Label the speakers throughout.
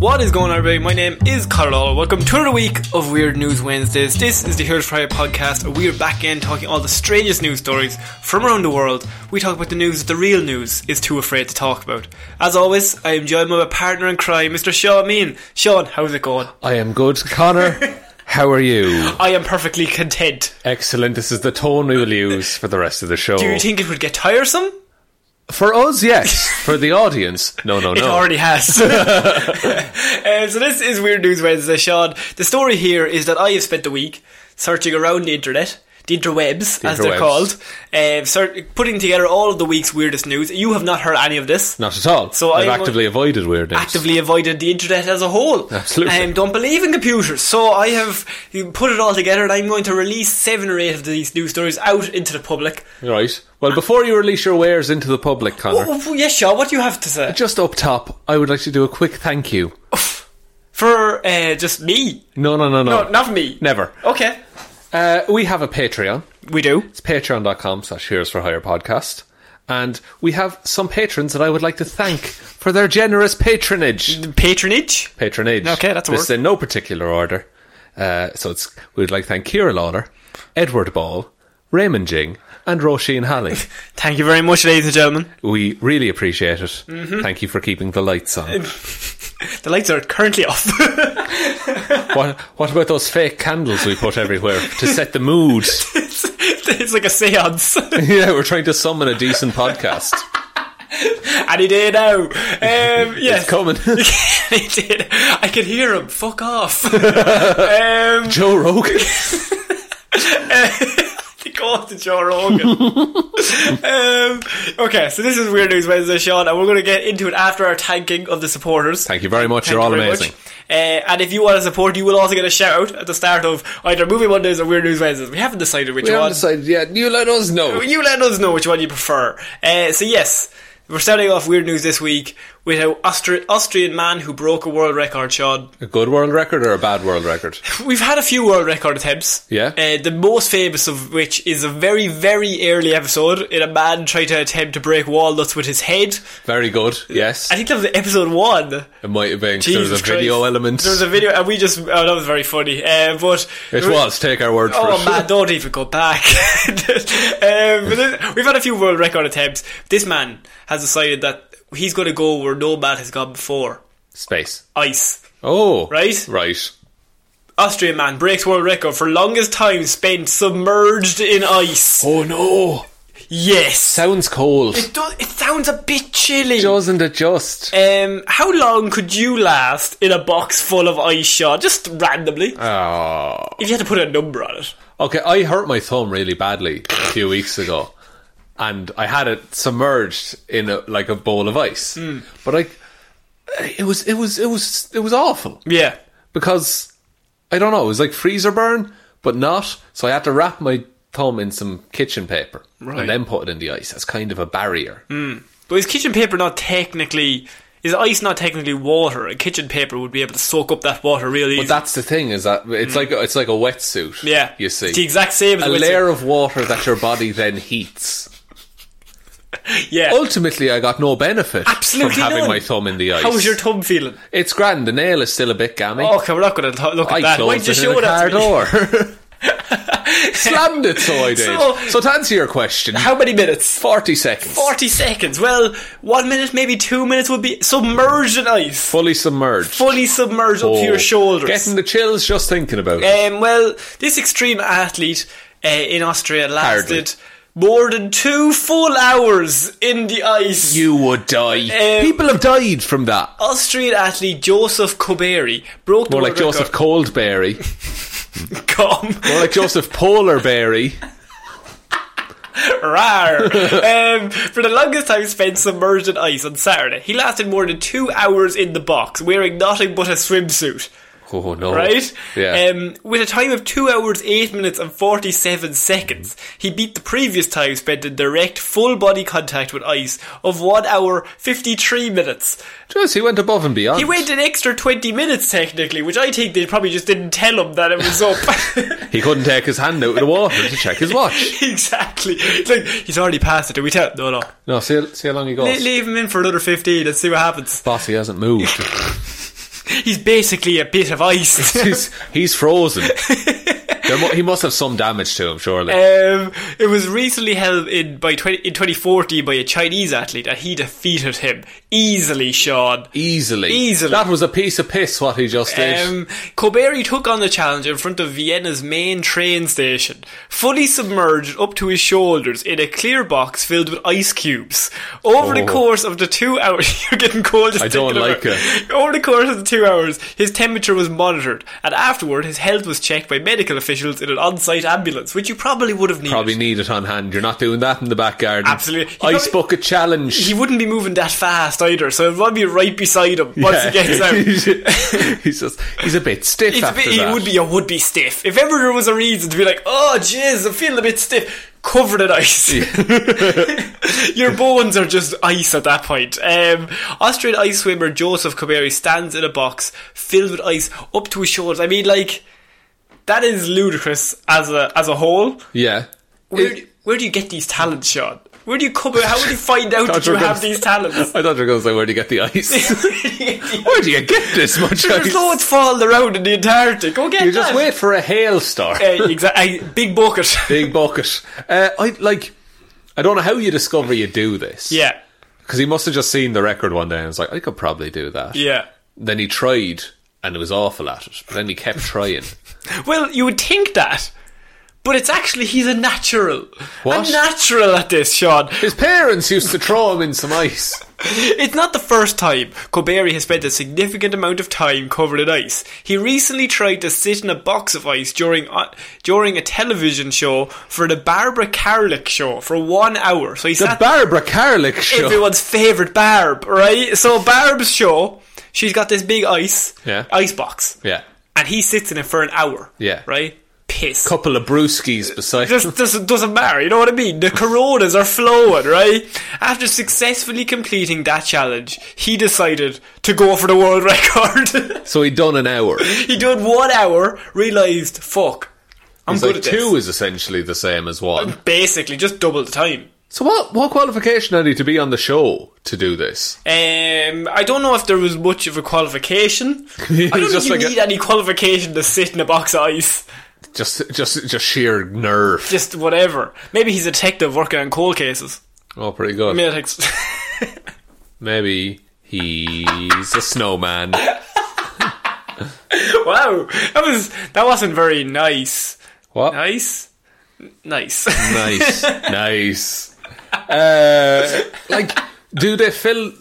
Speaker 1: What is going on, everybody? My name is Carl. Welcome to another week of Weird News Wednesdays. This is the Here's Friday podcast. and We are back in talking all the strangest news stories from around the world. We talk about the news that the real news is too afraid to talk about. As always, I am joined by my partner in crime, Mr. Sean Mean. Sean, how's it going?
Speaker 2: I am good. Connor, how are you?
Speaker 1: I am perfectly content.
Speaker 2: Excellent. This is the tone we will use for the rest of the show.
Speaker 1: Do you think it would get tiresome?
Speaker 2: for us, yes. For the audience, no, no, no.
Speaker 1: It already has. Uh, so this is Weird News Wednesday, Sean. The story here is that I have spent the week searching around the internet, the interwebs,
Speaker 2: The
Speaker 1: as they're
Speaker 2: interwebs.
Speaker 1: called, uh, start putting together all of the week's weirdest news. You have not heard any of this.
Speaker 2: Not at all.
Speaker 1: So
Speaker 2: So I've
Speaker 1: I'm-
Speaker 2: actively avoided weird news.
Speaker 1: Actively avoided the internet as a whole.
Speaker 2: Absolutely.
Speaker 1: Um, don't believe in computers. So I have put it all together and I'm going to release seven or eight of these news stories out into the public.
Speaker 2: Right. Well, before you release your wares into the public, Connor,
Speaker 1: Oh, oh, yes, Sean, what do you have to say?
Speaker 2: just up top, I would like to do a quick thank you.
Speaker 1: For uh, just me.
Speaker 2: No, no, no, no.
Speaker 1: No, not for me.
Speaker 2: Never.
Speaker 1: Okay.
Speaker 2: Uh, we have a Patreon.
Speaker 1: We do.
Speaker 2: It's patreon.com slash heroes for hire podcast. And we have some patrons that I would like to thank for their generous patronage.
Speaker 1: Patronage.
Speaker 2: patronage.
Speaker 1: Okay, that's a
Speaker 2: this is
Speaker 1: word.
Speaker 2: in no particular order. Uh, so it's we would like to thank Kira Lawler, Edward Ball, Raymond Jing, and Roisin Halley.
Speaker 1: Thank you very much, ladies and gentlemen.
Speaker 2: we really appreciate it.
Speaker 1: Mm-hmm.
Speaker 2: Thank you for keeping the lights on.
Speaker 1: The lights are currently off.
Speaker 2: what, what about those fake candles we put everywhere to set the mood?
Speaker 1: it's like a seance.
Speaker 2: yeah, we're trying to summon a decent podcast.
Speaker 1: Any day now. Um, yes.
Speaker 2: It's coming.
Speaker 1: Any day now. I can hear him. Fuck off. um,
Speaker 2: Joe Rogan.
Speaker 1: they call it the Joe Rogan. um, okay, so this is Weird News Wednesday, Sean, and we're going to get into it after our tanking of the supporters.
Speaker 2: Thank you very much.
Speaker 1: Thank
Speaker 2: You're
Speaker 1: you
Speaker 2: all
Speaker 1: very
Speaker 2: amazing.
Speaker 1: much. Uh, and if you want to support, you will also get a shout out at the start of either Movie Mondays or Weird News Wednesdays. We haven't decided which one.
Speaker 2: decided yet. You let us know.
Speaker 1: Well, you let us know which one you prefer. Uh, so yes, we're starting off weird news this week with an Austri- Austrian man who broke a world record. Sean,
Speaker 2: A good world record or a bad world record?
Speaker 1: we've had a few world record attempts.
Speaker 2: Yeah.
Speaker 1: Uh, the most famous of which is a very, very early episode in a man trying to attempt to break walnuts with his head.
Speaker 2: Very good. Yes.
Speaker 1: I think that was episode one.
Speaker 2: It might have been. 'cause there
Speaker 1: Jesus
Speaker 2: was a video
Speaker 1: Christ.
Speaker 2: element.
Speaker 1: There was a video, and we just oh, that was very funny. Uh, but
Speaker 2: It was. Take our word for
Speaker 1: Oh
Speaker 2: it.
Speaker 1: man, don't even go back. um, but then- we've had a few world record attempts. This man has decided that he's going to go where no man has gone before.
Speaker 2: Space.
Speaker 1: Ice.
Speaker 2: Oh,
Speaker 1: Right?
Speaker 2: right.
Speaker 1: Austrian man breaks world record for longest time spent submerged in ice.
Speaker 2: Oh no!
Speaker 1: Yes.
Speaker 2: Sounds cold.
Speaker 1: It, do- it sounds a bit chilly.
Speaker 2: Doesn't it just?
Speaker 1: Um, how long could you last in a box full of ice, Sean? Just randomly.
Speaker 2: Oh.
Speaker 1: if you had to put a number on it.
Speaker 2: Okay, I hurt my thumb really badly a few weeks ago, and I had it submerged in a, like a bowl of ice.
Speaker 1: Hmm.
Speaker 2: But I, eh, it was it was it was it was awful
Speaker 1: Yeah.
Speaker 2: because I don't know. It was like freezer burn, but not. So I had to wrap my thumb in some kitchen paper
Speaker 1: Right.
Speaker 2: and then put it in the ice as kind of a barrier.
Speaker 1: But is kitchen paper not technically. Is ice not technically water? A kitchen paper would be able to soak up that water really easy.
Speaker 2: But that's the thing is that it's like a, it's like a wetsuit.
Speaker 1: Mm. Yeah.
Speaker 2: you see,
Speaker 1: It's the exact same as
Speaker 2: a
Speaker 1: a wetsuit.
Speaker 2: layer of water that your body then heats.
Speaker 1: yeah.
Speaker 2: Ultimately, I got no benefit
Speaker 1: Absolutely
Speaker 2: from having
Speaker 1: none.
Speaker 2: my thumb in the ice.
Speaker 1: How was your thumb feeling?
Speaker 2: It's grand. The nail is still a bit gammy.
Speaker 1: Okay, we're not going to look at
Speaker 2: I
Speaker 1: that. Why
Speaker 2: closed
Speaker 1: did you
Speaker 2: it in
Speaker 1: show
Speaker 2: a car
Speaker 1: that to me?
Speaker 2: door. Slammed it, so I did.
Speaker 1: So-
Speaker 2: So, to answer your question,
Speaker 1: How many minutes?
Speaker 2: Forty seconds.
Speaker 1: 40 seconds. Well, one minute, maybe two minutes would be submerged in ice.
Speaker 2: Fully submerged.
Speaker 1: Fully submerged up to
Speaker 2: Oh,
Speaker 1: your shoulders.
Speaker 2: Getting the chills just thinking about it.
Speaker 1: Um, well, this extreme athlete uh, in Austria lasted
Speaker 2: Hardly.
Speaker 1: more than two full hours in the ice.
Speaker 2: You would die.
Speaker 1: um,
Speaker 2: People have died from that.
Speaker 1: Austrian athlete Joseph Koberi broke the
Speaker 2: More
Speaker 1: world
Speaker 2: like Joseph
Speaker 1: record.
Speaker 2: Coldberry.
Speaker 1: Com.
Speaker 2: More like Joseph Polarberry.
Speaker 1: Rar. um, for the longest time spent submerged in ice on Saturday, he lasted more than two hours in the box, wearing nothing but a swimsuit.
Speaker 2: Oh no.
Speaker 1: right?
Speaker 2: Yeah.
Speaker 1: Um, with a time of 2 hours, 8 minutes, and 47 seconds, he beat the previous time spent in direct full body contact with ice of 1 hour, 53 minutes.
Speaker 2: just he went above and beyond.
Speaker 1: He went an extra 20 minutes, technically, which I think they probably just didn't tell him that it was up.
Speaker 2: He couldn't take his hand out of the water to check his watch.
Speaker 1: exactly. It's Like, he's already passed it. Do we tell him? No, no.
Speaker 2: No, see, how- see how long he goes.
Speaker 1: Le- leave him in for another 15 and see what happens.
Speaker 2: Boss, he hasn't moved.
Speaker 1: He's basically a bit of ice.
Speaker 2: he's, he's frozen. There mu- he must have some damage to him, surely.
Speaker 1: Um, it was recently held in by 20, in 2014 by a Chinese athlete, and he defeated him easily. Sean
Speaker 2: easily.
Speaker 1: easily.
Speaker 2: That was a piece of piss what he just did.
Speaker 1: um, Koberi took on the challenge in front of Vienna's main train station, fully submerged up to his shoulders in a clear box filled with ice cubes. Over the
Speaker 2: Oh.
Speaker 1: course of the two hours, you're getting cold. Just
Speaker 2: I don't
Speaker 1: thinking
Speaker 2: like
Speaker 1: about Over the course of the two hours, his temperature was monitored, and afterward, his health was checked by medical officials in an on-site ambulance, which you probably would have needed.
Speaker 2: Probably need it on hand. You're not doing that in the back garden.
Speaker 1: Absolutely. He
Speaker 2: Ice
Speaker 1: probably-
Speaker 2: bucket challenge.
Speaker 1: he wouldn't be moving that fast either, so it might be right beside him once he gets out.
Speaker 2: out. he's just he's a bit stiff
Speaker 1: It's a
Speaker 2: after
Speaker 1: bit, he
Speaker 2: that.
Speaker 1: would be a would be stiff. If ever there was a reason to be like, oh jeez, I'm feeling a bit stiff, covered in ice. Your bones are just ice at that point. Um, Austrian ice swimmer Joseph Koberi stands in a box filled with ice up to his shoulders. I mean, like that is ludicrous as a as a whole.
Speaker 2: yeah.
Speaker 1: Where, where do you get these talents, Sean? Where do you come? How do you find out that
Speaker 2: Thought
Speaker 1: you
Speaker 2: were gonna
Speaker 1: have
Speaker 2: say-
Speaker 1: these talents?
Speaker 2: I thought you were going to say, where do you get the ice? where do you get this much
Speaker 1: There's
Speaker 2: ice?
Speaker 1: loads falling around in the Antarctic. Go get
Speaker 2: you
Speaker 1: that.
Speaker 2: just wait for a hailstorm.
Speaker 1: exactly. Eh, Big bucket.
Speaker 2: Big bucket. Uh, I like. I don't know how you discover you do this.
Speaker 1: yeah.
Speaker 2: Because he must have just seen the record one day and was like, I could probably do that.
Speaker 1: Yeah.
Speaker 2: Then he tried and it was awful at it. But then he kept trying.
Speaker 1: Well, you would think that. But it's actually, he's a natural.
Speaker 2: What?
Speaker 1: A natural at this, Sean.
Speaker 2: His parents used to throw him in some ice.
Speaker 1: It's not the first time Koberi has spent a significant amount of time covered in ice. He recently tried to sit in a box of ice during uh, during a television show for the Barbara Carlick show for one hour. So he
Speaker 2: The
Speaker 1: sat
Speaker 2: Barbara Carlick show.
Speaker 1: everyone's favorite Barb, right? So Barb's show, she's got this big ice
Speaker 2: Yeah.
Speaker 1: ice box,
Speaker 2: Yeah.
Speaker 1: and he sits in it for an hour,
Speaker 2: Yeah.
Speaker 1: right? Piss.
Speaker 2: Couple of brewskis beside him.
Speaker 1: Just doesn't doesn't matter. You know what I mean? The coronas are flowing, right? After successfully completing that challenge, he decided to go for the world record.
Speaker 2: So he'd done an hour.
Speaker 1: he did one hour, realized, fuck, I'm
Speaker 2: He's
Speaker 1: good
Speaker 2: like,
Speaker 1: at this.
Speaker 2: two is essentially the same as one.
Speaker 1: Basically, just double the time.
Speaker 2: So what, what qualification had he to be on the show to do this?
Speaker 1: Um, I don't know if there was much of a qualification. I don't think
Speaker 2: Just
Speaker 1: you
Speaker 2: like a-
Speaker 1: need any qualification to sit in a box of ice.
Speaker 2: Just just just sheer nerve.
Speaker 1: Just whatever. Maybe he's a detective working on cold cases.
Speaker 2: Oh, pretty good.
Speaker 1: Maybe that's-
Speaker 2: Maybe he's a snowman.
Speaker 1: wow, that was that wasn't very nice.
Speaker 2: What?
Speaker 1: Nice, nice.
Speaker 2: nice, nice. Uh, like, do they fill?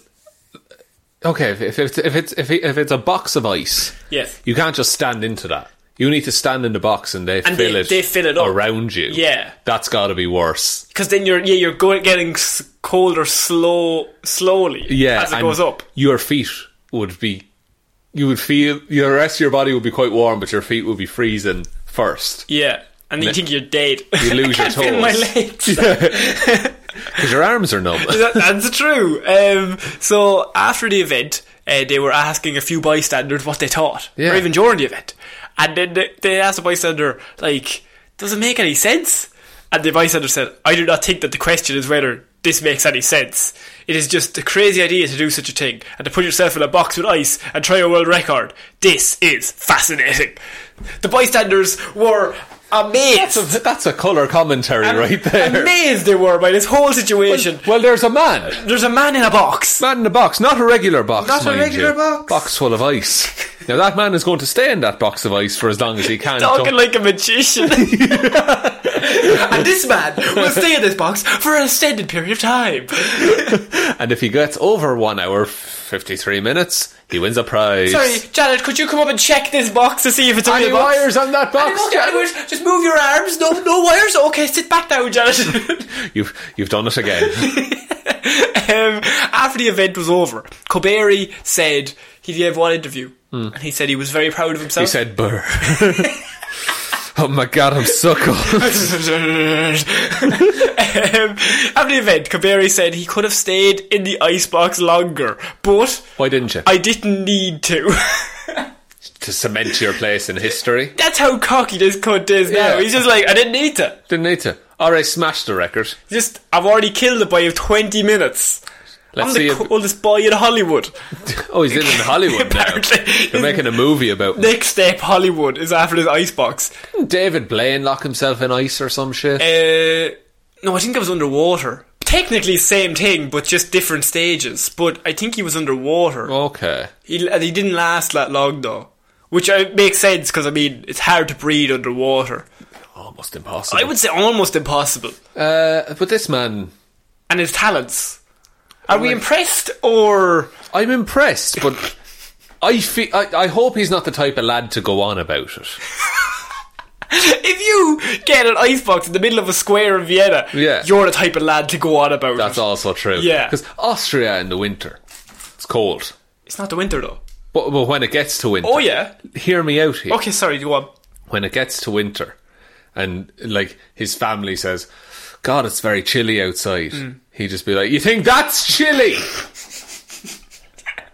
Speaker 2: Okay, if, if, it's if it's if, it, if it's a box of ice,
Speaker 1: yes.
Speaker 2: you can't just stand into that. You need to stand in the box, and they
Speaker 1: And
Speaker 2: fill
Speaker 1: they-
Speaker 2: it.
Speaker 1: they fill it up.
Speaker 2: around you.
Speaker 1: Yeah.
Speaker 2: that's got to be worse.
Speaker 1: Because then you're yeah you're go- getting s- colder slow slowly
Speaker 2: Yeah,
Speaker 1: as it
Speaker 2: and
Speaker 1: goes up.
Speaker 2: your feet would be. You would feel your rest of your body would be quite warm, but your feet would be freezing first.
Speaker 1: Yeah, and you think you're dead.
Speaker 2: You lose
Speaker 1: I
Speaker 2: your
Speaker 1: can't feel my
Speaker 2: toes.
Speaker 1: legs.
Speaker 2: because your arms are numb.
Speaker 1: That- that's true. Um, so after the event, uh, they were asking a few bystanders what they thought,
Speaker 2: Yeah.
Speaker 1: or even during the event, and then they, they asked a bystander like, "Does it make any sense?" And the bystander said, "I do not think that the question is whether this makes any sense. It is just a crazy idea to do such a thing and to put yourself in a box with ice and try a world record. This is fascinating." The bystanders were amazed.
Speaker 2: That's a, that's a colour commentary right there.
Speaker 1: Amazed they were by this whole situation.
Speaker 2: Well, there's a man.
Speaker 1: There's a man in a box.
Speaker 2: Man in a box, not a regular box.
Speaker 1: Not a
Speaker 2: mind
Speaker 1: regular
Speaker 2: you.
Speaker 1: box.
Speaker 2: Box full of ice. Now that man is going to stay in that box of ice for as long as he can.
Speaker 1: talking
Speaker 2: Don't-
Speaker 1: like a magician. and this man will stay in this box for an extended period of time.
Speaker 2: and if he gets over one hour fifty three minutes, he wins a prize.
Speaker 1: Sorry, Janet, could you come up and check this box to see if it's a
Speaker 2: Any
Speaker 1: real box?
Speaker 2: wires on
Speaker 1: Any
Speaker 2: that box,
Speaker 1: wires?
Speaker 2: Janet?
Speaker 1: Anyways, Just move your arms. No, no wires. Okay, sit back down, Janet.
Speaker 2: You've you've done it again.
Speaker 1: um, after the event was over, Koberi said he gave one interview, and he said he was very proud of
Speaker 2: Hmm. he
Speaker 1: himself.
Speaker 2: said burr. oh my god, I'm so cold.
Speaker 1: um, after the event, Koberi said he could have stayed in the icebox longer, but
Speaker 2: Why didn't you?
Speaker 1: I didn't need to.
Speaker 2: to cement your place in history.
Speaker 1: That's how cocky this cunt is now.
Speaker 2: Yeah.
Speaker 1: He's just like, I didn't need to.
Speaker 2: Didn't need to. Alright, smash the record.
Speaker 1: Just, I've already killed it by 20 minutes.
Speaker 2: Let's
Speaker 1: I'm
Speaker 2: see
Speaker 1: the
Speaker 2: if-
Speaker 1: coolest boy in Hollywood.
Speaker 2: Oh, he's in, in Hollywood now.
Speaker 1: Apparently.
Speaker 2: They're making a movie about him.
Speaker 1: Next step, Hollywood, is after this icebox.
Speaker 2: David Blaine lock himself in ice or some shit.
Speaker 1: Uh, no, I think I was underwater. Technically, same thing, but just different stages. But I think he was underwater.
Speaker 2: Okay.
Speaker 1: He, and he didn't last that long, though. Which uh, makes sense, because I mean, it's hard to breathe underwater.
Speaker 2: Almost impossible.
Speaker 1: I would say almost impossible.
Speaker 2: uh, but this man,
Speaker 1: And his talents. Are we impressed, or.
Speaker 2: I'm impressed, but I, fe- I I hope he's not the type of lad to go on about it.
Speaker 1: If you get an icebox in the middle of a square in Vienna,
Speaker 2: Yeah.
Speaker 1: you're the type of lad to go on about
Speaker 2: That's
Speaker 1: it.
Speaker 2: also true.
Speaker 1: Yeah.
Speaker 2: Because Austria in the winter, it's cold.
Speaker 1: It's not the winter though.
Speaker 2: But, but when it gets to winter,
Speaker 1: Oh yeah.
Speaker 2: hear me out here.
Speaker 1: Okay, sorry. Go on.
Speaker 2: When it gets to winter, and like his family says, "God, it's very chilly outside,"
Speaker 1: Mm.
Speaker 2: he'd just be like, "You think that's chilly?"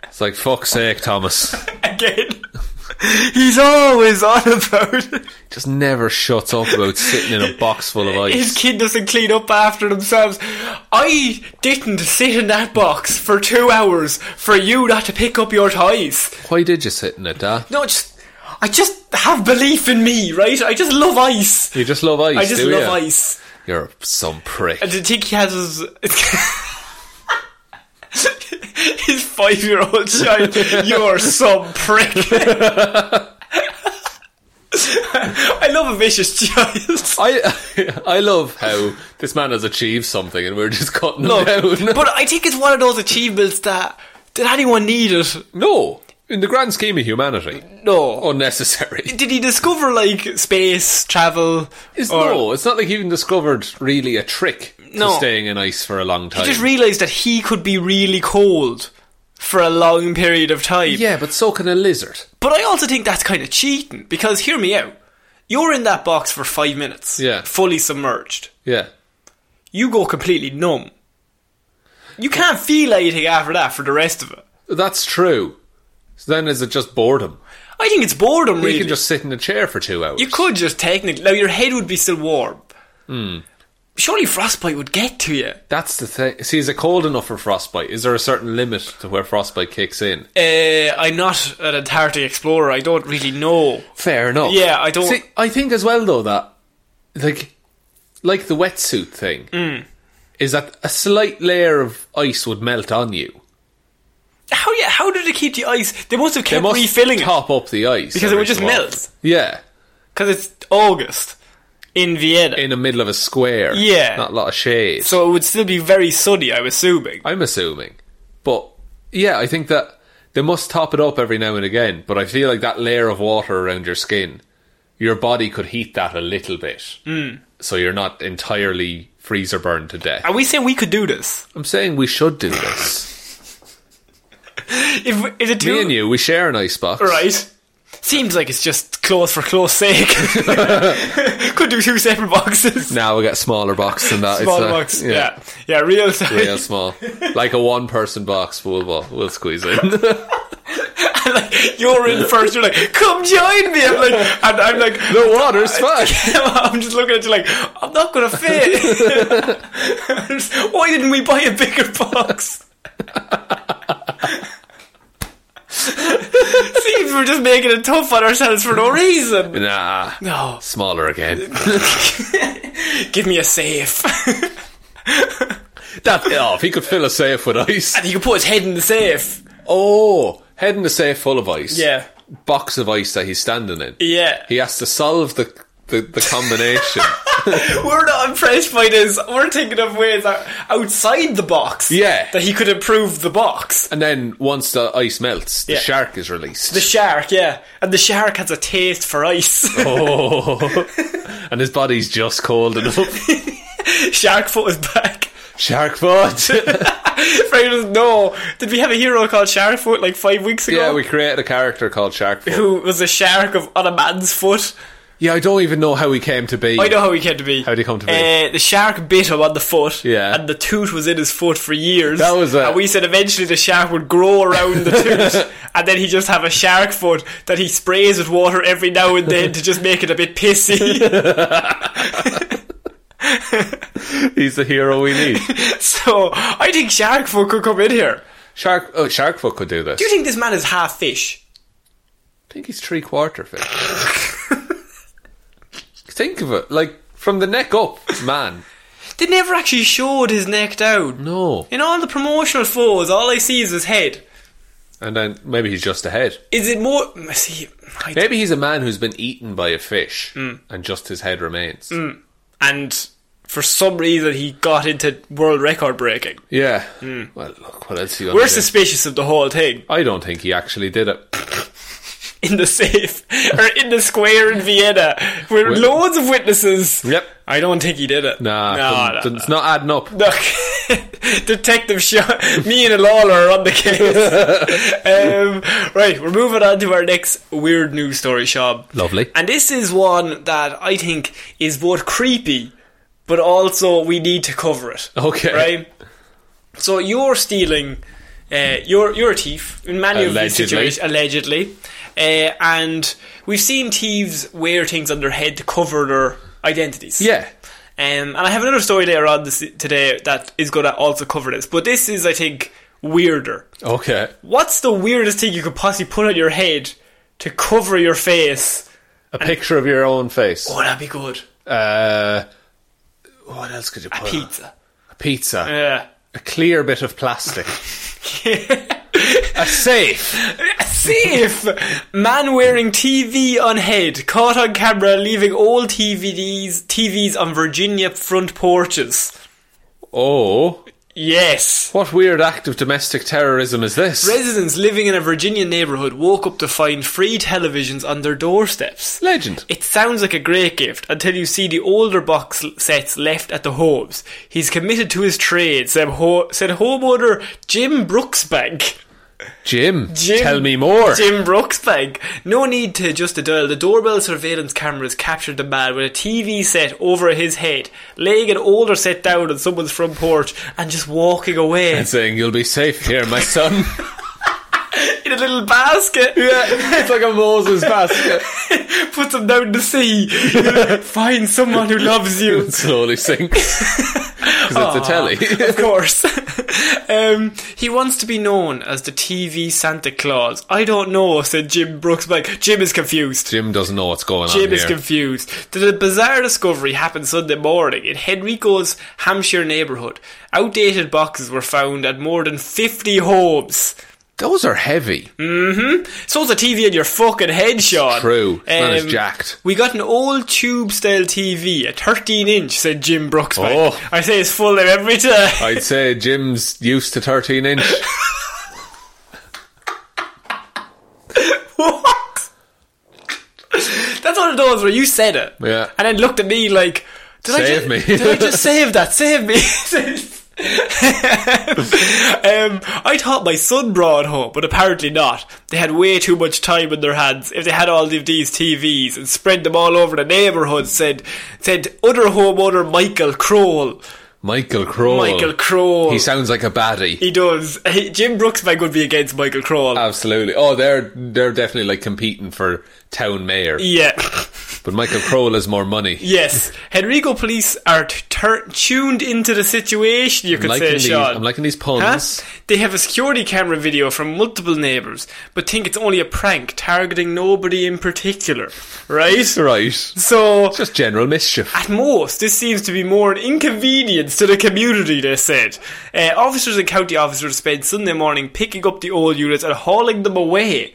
Speaker 2: it's like fuck's sake, Thomas.
Speaker 1: Again. He's always on about it.
Speaker 2: just never shuts up about sitting in a box full of
Speaker 1: His
Speaker 2: ice.
Speaker 1: kid doesn't clean up after themselves. I didn't sit in that box for two hours for you not to pick up your toys.
Speaker 2: Why did you sit in it, Dad?
Speaker 1: No, just I just have belief in me, right? I just love ice.
Speaker 2: You just love ice.
Speaker 1: I just
Speaker 2: do
Speaker 1: love
Speaker 2: ya?
Speaker 1: ice.
Speaker 2: You're some prick.
Speaker 1: And I think he has his. his five year old child, you're some prick. I love a vicious child.
Speaker 2: I I love how this man has achieved something, and we're just cutting
Speaker 1: Look,
Speaker 2: him down.
Speaker 1: but I think it's one of those achievements that. Did anyone need it?
Speaker 2: no, in the grand scheme of humanity,
Speaker 1: No.
Speaker 2: unnecessary.
Speaker 1: Did he discover, like, space travel?
Speaker 2: It's,
Speaker 1: or-
Speaker 2: no, it's not like he even discovered really a trick to
Speaker 1: No.
Speaker 2: staying in ice for a long time.
Speaker 1: He just realised that he could be really cold for a long period of time.
Speaker 2: yeah, but so can a lizard.
Speaker 1: But I also think that's kind of cheating because hear me out. You're in that box for five minutes,
Speaker 2: Yeah.
Speaker 1: fully submerged.
Speaker 2: Yeah,
Speaker 1: You go completely numb. You can't feel anything after that for the rest of it.
Speaker 2: that's true. So then is it just boredom?
Speaker 1: I think it's boredom.
Speaker 2: You
Speaker 1: Really,
Speaker 2: can just sit in a chair for two hours.
Speaker 1: you could just technically now your head would be still warm.
Speaker 2: Hmm.
Speaker 1: Surely frostbite would get to you.
Speaker 2: That's the thing. See, is it cold enough for frostbite? Is there a certain limit to where frostbite kicks in?
Speaker 1: Uh, I'm not an Antarctic explorer. I don't really know.
Speaker 2: Fair enough.
Speaker 1: Yeah, I don't-
Speaker 2: See, I think as well though that, like, like the wetsuit thing,
Speaker 1: Mm.
Speaker 2: is that a slight layer of ice would melt on you.
Speaker 1: How yeah? How did they keep the ice? They must have
Speaker 2: They
Speaker 1: kept
Speaker 2: must
Speaker 1: refilling it
Speaker 2: top up the ice
Speaker 1: because it
Speaker 2: every
Speaker 1: would just
Speaker 2: so often.
Speaker 1: melt.
Speaker 2: Yeah,
Speaker 1: Because it's August in Vienna.
Speaker 2: in the middle of a square.
Speaker 1: Yeah.
Speaker 2: not a lot of shade.
Speaker 1: So it would still be very sunny, I'm assuming.
Speaker 2: I'm assuming, but yeah, I think that they must top it up every now and again. But I feel like that layer of water around your skin, your body could heat that a little bit,
Speaker 1: Hmm.
Speaker 2: so you're not entirely freezer burned to death.
Speaker 1: Are we saying we could do this?
Speaker 2: I'm saying we should do this.
Speaker 1: If is it too
Speaker 2: Me and you, we share an icebox.
Speaker 1: right? Seems like it's just clothes for clothes' sake. Could do two separate boxes.
Speaker 2: Now we get smaller box than that. It's
Speaker 1: Small
Speaker 2: a-
Speaker 1: box. Yeah. yeah. real size.
Speaker 2: Real small, like a one-person box. We'll we'll, we'll squeeze in.
Speaker 1: like you're in first, you're like, come join me. I'm like and I'm like
Speaker 2: the water's fine.
Speaker 1: I'm just looking at you like, I'm not gonna fit. Why didn't we buy a bigger box? Seems we're just making it tough on ourselves for no reason.
Speaker 2: Nah,
Speaker 1: No.
Speaker 2: smaller again.
Speaker 1: Give me a safe.
Speaker 2: That oh, if he could fill a safe with ice.
Speaker 1: and he could put his head in the safe.
Speaker 2: Oh, head in the safe full of ice.
Speaker 1: Yeah.
Speaker 2: box of ice that he's standing in.
Speaker 1: Yeah.
Speaker 2: He has to solve the the, the combination.
Speaker 1: We're not impressed by this. We're thinking of ways out- outside the box.
Speaker 2: Yeah.
Speaker 1: That he could improve the box.
Speaker 2: and then once the ice melts, the
Speaker 1: Yeah.
Speaker 2: shark is released.
Speaker 1: The shark, yeah. And the shark has a taste for ice.
Speaker 2: oh, and his body's just cold enough.
Speaker 1: shark foot is back.
Speaker 2: shark foot.
Speaker 1: Frank doesn't know. Did we have a hero called Sharkfoot like five weeks ago?
Speaker 2: yeah, we created a character called Shark Foot.
Speaker 1: Who was a shark of, on a man's foot?
Speaker 2: Yeah, I don't even know how he came to be.
Speaker 1: I know how he came to be.
Speaker 2: How'd he come to be?
Speaker 1: Uh, the shark bit him on the foot.
Speaker 2: Yeah.
Speaker 1: And the tooth was in his foot for years.
Speaker 2: That was a-
Speaker 1: And we said eventually the shark would grow around the tooth. and then he just have a shark foot that he sprays with water every now and then to just make it a bit pissy.
Speaker 2: He's the hero we need.
Speaker 1: so I think Sharkfoot could come in here.
Speaker 2: Shark oh, Shark Foot could do this.
Speaker 1: Do you think this man is half fish?
Speaker 2: I think he's three quarter fish. think of it, like from the neck up, man.
Speaker 1: They never actually showed his neck down.
Speaker 2: No,
Speaker 1: In all the promotional photos, all I see is his head.
Speaker 2: and then maybe he's just a head.
Speaker 1: Is it more? See, I
Speaker 2: Maybe he's a man who's been eaten by a fish,
Speaker 1: Mm.
Speaker 2: and just his head remains.
Speaker 1: and for some reason he got into world record breaking.
Speaker 2: Yeah. Well, look, what else? Are you gonna
Speaker 1: Mm. We're
Speaker 2: do?
Speaker 1: suspicious of the whole thing
Speaker 2: I don't think he actually did it.
Speaker 1: in the safe or in the square in Vienna with
Speaker 2: Well-
Speaker 1: loads of witnesses.
Speaker 2: Yep.
Speaker 1: I don't think he did it.
Speaker 2: Nah,
Speaker 1: no, no,
Speaker 2: doesn't- it's not adding up.
Speaker 1: Look, Detective Shaw, me and Lawler are on the case. um, right, we're moving on to our next weird news story, Sean.
Speaker 2: Lovely.
Speaker 1: And this is one that I think is both creepy, but also we need to cover it.
Speaker 2: Okay.
Speaker 1: Right? So you're stealing, uh, you're, you're a thief in many of these
Speaker 2: Allegedly.
Speaker 1: situations, allegedly. Uh, and we've seen thieves wear things on their head to cover their identities.
Speaker 2: Yeah.
Speaker 1: Um, and I have another story later on this, today that is going to also cover this. But this is, I think, weirder.
Speaker 2: Okay.
Speaker 1: What's the weirdest thing you could possibly put on your head to cover your face?
Speaker 2: A picture of your own face.
Speaker 1: Oh, that'd be good.
Speaker 2: Uh, what else could you put? on?
Speaker 1: Pizza. Uh,
Speaker 2: A pizza.
Speaker 1: Yeah.
Speaker 2: A clear bit of plastic. a safe.
Speaker 1: Safe! Man wearing TV on head, caught on camera leaving old TVs, TVs on Virginia front porches.
Speaker 2: Oh.
Speaker 1: Yes.
Speaker 2: What weird act of domestic terrorism is this?
Speaker 1: Residents living in a Virginia neighborhood woke up to find free televisions on their doorsteps.
Speaker 2: Legend.
Speaker 1: It sounds like a great gift until you see the older box l- sets left at the homes. He's committed to his trade, said, ho- said homeowner Jim Brooksbank.
Speaker 2: Jim,
Speaker 1: Jim-
Speaker 2: tell me more.
Speaker 1: Jim Brooksbank. No need to adjust the dial. The doorbell surveillance cameras captured the man with a TV set over his head, laying an older set down on someone's front porch and just walking away
Speaker 2: And saying you'll be safe here, my son.
Speaker 1: in a little basket.
Speaker 2: it's like a Moses basket.
Speaker 1: Puts him down to sea. Find someone who loves you.
Speaker 2: It slowly sinks because it's a telly.
Speaker 1: of course. um, he wants to be known as the TV Santa Claus. I don't know, said Jim Brooksbank. Jim is confused.
Speaker 2: Jim doesn't know what's going on
Speaker 1: Jim is
Speaker 2: here.
Speaker 1: confused. The bizarre discovery happened Sunday morning in Henrico's Hampshire neighbourhood. Outdated boxes were found at more than 50 homes. Hmm?
Speaker 2: Those are heavy.
Speaker 1: So it's a TV in your fucking head, Sean. Um,
Speaker 2: True. This man is jacked.
Speaker 1: We got an old tube style TV, a 13 inch, said Jim Brooksbank.
Speaker 2: Oh.
Speaker 1: I say his full name every time.
Speaker 2: I'd say Jim's used to thirteen inch.
Speaker 1: What? That's one of those where you said it.
Speaker 2: Yeah.
Speaker 1: And then looked at me like, did I just,
Speaker 2: Save me.
Speaker 1: did I just save that? Save me. Um, I thought my son brought home, but apparently not. They had way too much time in their hands. If they had all of these TVs and spread them all over the neighbourhood, said said other homeowner Michael Kroll.
Speaker 2: Michael Kroll.
Speaker 1: Michael Kroll.
Speaker 2: He sounds like a baddie.
Speaker 1: He does. He, Jim Brooksbank would be against Michael Kroll.
Speaker 2: Absolutely. Oh, they're they're definitely like competing for town mayor.
Speaker 1: E- yeah.
Speaker 2: But Michael Kroll has more money.
Speaker 1: Yes, Henrico police are t- tur- tuned into the situation, you could
Speaker 2: liking
Speaker 1: say,
Speaker 2: these,
Speaker 1: Sean.
Speaker 2: I'm liking these
Speaker 1: Huh?
Speaker 2: puns.
Speaker 1: They have a security camera video from multiple neighbours, but think it's only a prank targeting nobody in particular, right?
Speaker 2: Right.
Speaker 1: So,
Speaker 2: It's just general mischief.
Speaker 1: at most, this seems to be more an inconvenience to the community, they said. Uh, officers and county officers spent Sunday morning picking up the old units and hauling them away.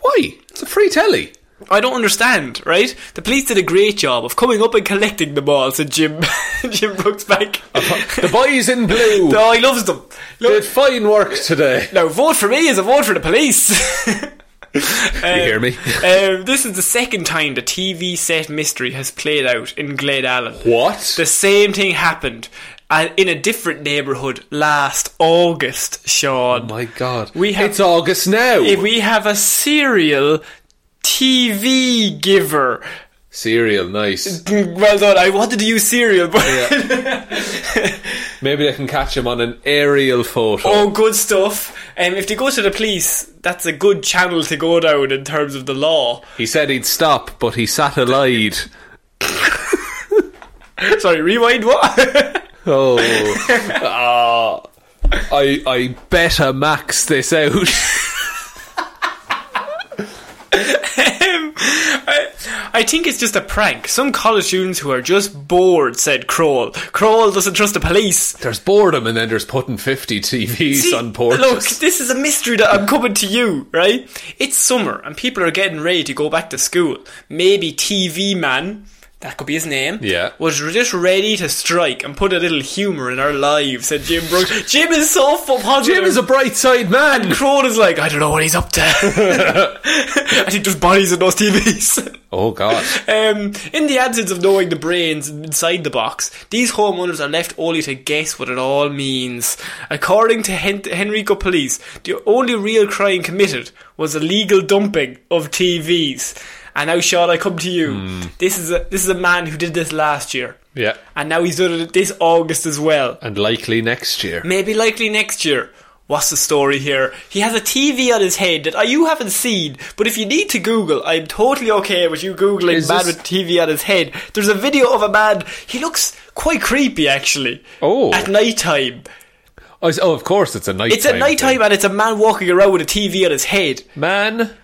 Speaker 2: Why? It's a free telly.
Speaker 1: I don't understand, right? The police did a great job of coming up and collecting them all, said Jim, Jim Brooks back.
Speaker 2: The boys in blue
Speaker 1: No, he loves them.
Speaker 2: did
Speaker 1: Look,
Speaker 2: fine work today.
Speaker 1: now vote for me is a vote for the police.
Speaker 2: you hear me?
Speaker 1: um, this is the second time the TV set mystery has played out in Glade Allen.
Speaker 2: What?
Speaker 1: The same thing happened uh, in a different neighbourhood last August, Sean.
Speaker 2: Oh My God.
Speaker 1: We have-
Speaker 2: it's August now.
Speaker 1: If we have a serial TV giver.
Speaker 2: Serial, nice.
Speaker 1: Well done. I wanted to use serial, but
Speaker 2: Maybe I can catch him on an aerial photo.
Speaker 1: Oh, good stuff. Um, if they go to the police, that's a good channel to go down in terms of the law.
Speaker 2: He said he'd stop, but he sat a lied.
Speaker 1: Sorry, rewind what?
Speaker 2: Oh. Ah. I, I better max this out.
Speaker 1: I think it's just a prank. Some college students who are just bored, said Kroll. Kroll doesn't trust the police.
Speaker 2: there's boredom and then there's putting 50 TVs
Speaker 1: See,
Speaker 2: on porches.
Speaker 1: Look, this is a mystery that I'm coming to you, right? It's summer and people are getting ready to go back to school. Maybe TV Man, that could be his name,
Speaker 2: Yeah.
Speaker 1: was just ready to strike and put a little humour in our lives, said Jim Brooks. Jim is so fu- positive.
Speaker 2: Jim is a bright side man.
Speaker 1: Kroll is like, I don't know what he's up to. I think there's bodies in those TVs.
Speaker 2: Oh God.
Speaker 1: Um, in the absence of knowing the brains inside the box, these homeowners are left only to guess what it all means. According to Hen- Henrico Police, the only real crime committed was illegal dumping of TVs. And now, Sean, I come to you. This is a this is a man who did this last year,
Speaker 2: Yeah.
Speaker 1: and now he's done it this August as well.
Speaker 2: And likely next year.
Speaker 1: Maybe likely next year. What's the story here? He has a TV on his head that I, you haven't seen, but if you need to Google, I'm totally okay with you Googling
Speaker 2: Is
Speaker 1: man
Speaker 2: this-
Speaker 1: with TV on his head. There's a video of a man, he looks quite creepy actually.
Speaker 2: Oh.
Speaker 1: At night time.
Speaker 2: Oh, it's- oh, of course, it's a night.
Speaker 1: It's at night time and it's a man walking around with a Oh, TV on his head.
Speaker 2: Man
Speaker 1: Okay.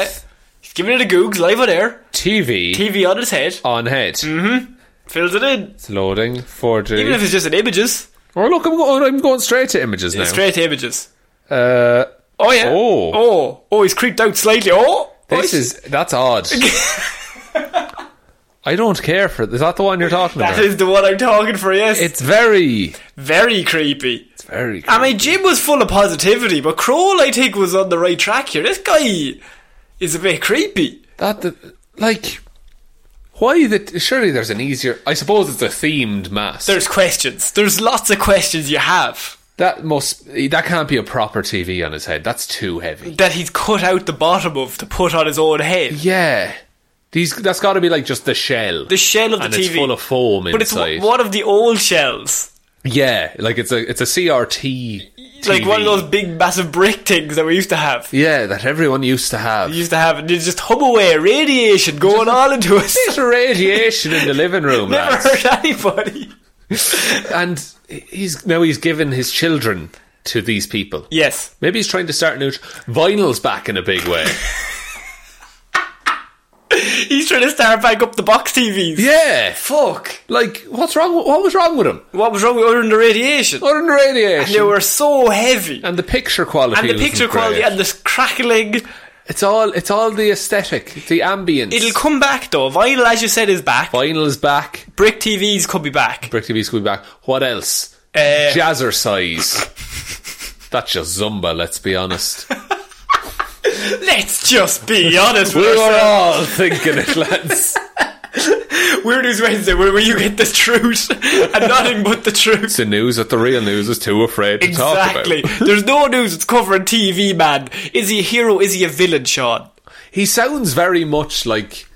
Speaker 2: with
Speaker 1: He's giving it a Google, live on air.
Speaker 2: TV,
Speaker 1: TV on his head.
Speaker 2: on head.
Speaker 1: Fills it in.
Speaker 2: It's loading. 4G.
Speaker 1: Mm-hmm. Even if it's just in images.
Speaker 2: oh look, I'm, go- I'm going straight to images now.
Speaker 1: Straight to images.
Speaker 2: uh,
Speaker 1: Oh yeah.
Speaker 2: Oh.
Speaker 1: Oh. Oh, he's creeped out slightly. Oh.
Speaker 2: this
Speaker 1: Oh,
Speaker 2: is that's odd. I don't care for. Is that the one you're talking
Speaker 1: That
Speaker 2: about?
Speaker 1: is the one I'm talking for, yes.
Speaker 2: it's very,
Speaker 1: very creepy.
Speaker 2: it's very.
Speaker 1: I mean, Jim was full of positivity, but Kroll, I think, was on the right track here. This guy is a bit creepy.
Speaker 2: That the, like, why the? Surely there's an easier. I suppose it's a themed mask.
Speaker 1: There's questions. There's lots of questions you have
Speaker 2: that must. That can't be a proper TV on his head. That's too heavy.
Speaker 1: that he's cut out the bottom of to put on his own head.
Speaker 2: Yeah. These that's got to be like just the shell.
Speaker 1: The shell of the
Speaker 2: and
Speaker 1: TV.
Speaker 2: it's full of foam
Speaker 1: but it's
Speaker 2: inside.
Speaker 1: w- one of the old shells.
Speaker 2: yeah, like it's a it's a CRT.
Speaker 1: Like one of
Speaker 2: TV.
Speaker 1: those big, massive brick things that we used to have.
Speaker 2: Yeah, that everyone used to have.
Speaker 1: We used to have, and it's just hum away, radiation going all into us.
Speaker 2: Bit of radiation in the living room,
Speaker 1: Never
Speaker 2: lads.
Speaker 1: hurt anybody.
Speaker 2: And he's now he's given his children to these people.
Speaker 1: Yes.
Speaker 2: Maybe he's trying to start new. Vinyl's back in a big way.
Speaker 1: He's trying to start back up the box TVs.
Speaker 2: yeah.
Speaker 1: Fuck.
Speaker 2: Like, what's wrong? with- What was wrong with him?
Speaker 1: What was wrong with other than the radiation?
Speaker 2: Other than the radiation.
Speaker 1: They were so heavy.
Speaker 2: and the picture quality.
Speaker 1: And the
Speaker 2: wasn't
Speaker 1: picture quality
Speaker 2: great.
Speaker 1: and the crackling.
Speaker 2: it's all it's all the aesthetic, the ambience.
Speaker 1: It'll come back though. Vinyl, as you said, is back.
Speaker 2: Vinyl's back.
Speaker 1: Brick TVs could be back.
Speaker 2: Brick TV's coming back. What else?
Speaker 1: Uh,
Speaker 2: Jazzer size. That's just Zumba, let's be honest.
Speaker 1: Uh, Let's just be honest with
Speaker 2: We were
Speaker 1: ourselves.
Speaker 2: all thinking it, lads.
Speaker 1: Weird News Wednesday, where, where you get the truth and nothing but the truth.
Speaker 2: the news that the real news is too afraid to
Speaker 1: Exactly.
Speaker 2: talk about.
Speaker 1: There's no news. It's covering TV, man. Is he a hero? Is he a villain, Sean?
Speaker 2: He sounds very much like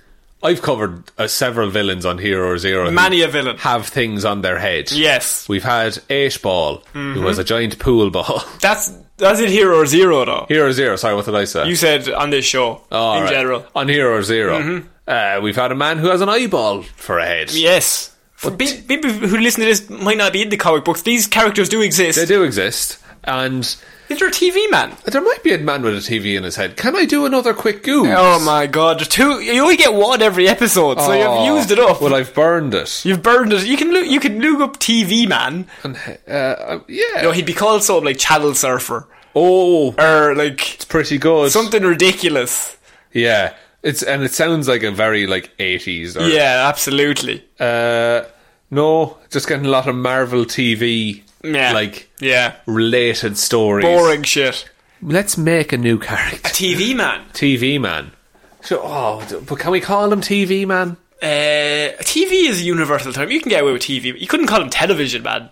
Speaker 2: I've covered uh, several villains on Hero Zero. who
Speaker 1: Many a villain.
Speaker 2: have things on their head.
Speaker 1: Yes. Mm-hmm.
Speaker 2: we've had Ash Ball, who has a giant pool ball.
Speaker 1: That's that's it. Hero or zero, though.
Speaker 2: Hero Zero. Sorry, what did I say?
Speaker 1: You said on this show
Speaker 2: Oh,
Speaker 1: in
Speaker 2: right.
Speaker 1: general. Mm-hmm.
Speaker 2: on Hero 0 Uh, we've had a man who has an eyeball for a head.
Speaker 1: Yes. For pe- people who listen to this might not be in the comic books. These characters do exist.
Speaker 2: They do exist, and
Speaker 1: Is there a TV man?
Speaker 2: there might be a man with a TV in his head. Can I do another quick goose?
Speaker 1: Oh my god, there's two. You only get one every episode, so
Speaker 2: Oh,
Speaker 1: you've used it up.
Speaker 2: Well, I've burned it.
Speaker 1: You've burned it. You can look. You can look up TV man.
Speaker 2: Uh, yeah.
Speaker 1: No, he'd be called something like Channel Surfer
Speaker 2: oh,
Speaker 1: or like
Speaker 2: it's pretty good.
Speaker 1: something ridiculous.
Speaker 2: Yeah. It's and it sounds like a very like eighties.
Speaker 1: Yeah, absolutely.
Speaker 2: Uh, no, just getting a lot of Marvel TV.
Speaker 1: Yeah,
Speaker 2: Like
Speaker 1: yeah,
Speaker 2: related stories.
Speaker 1: boring shit.
Speaker 2: Let's make a new character.
Speaker 1: TV man.
Speaker 2: TV man. So, oh, d- but can we call him TV man?
Speaker 1: Uh, TV is a universal term. You can get away with TV. You couldn't call him television man.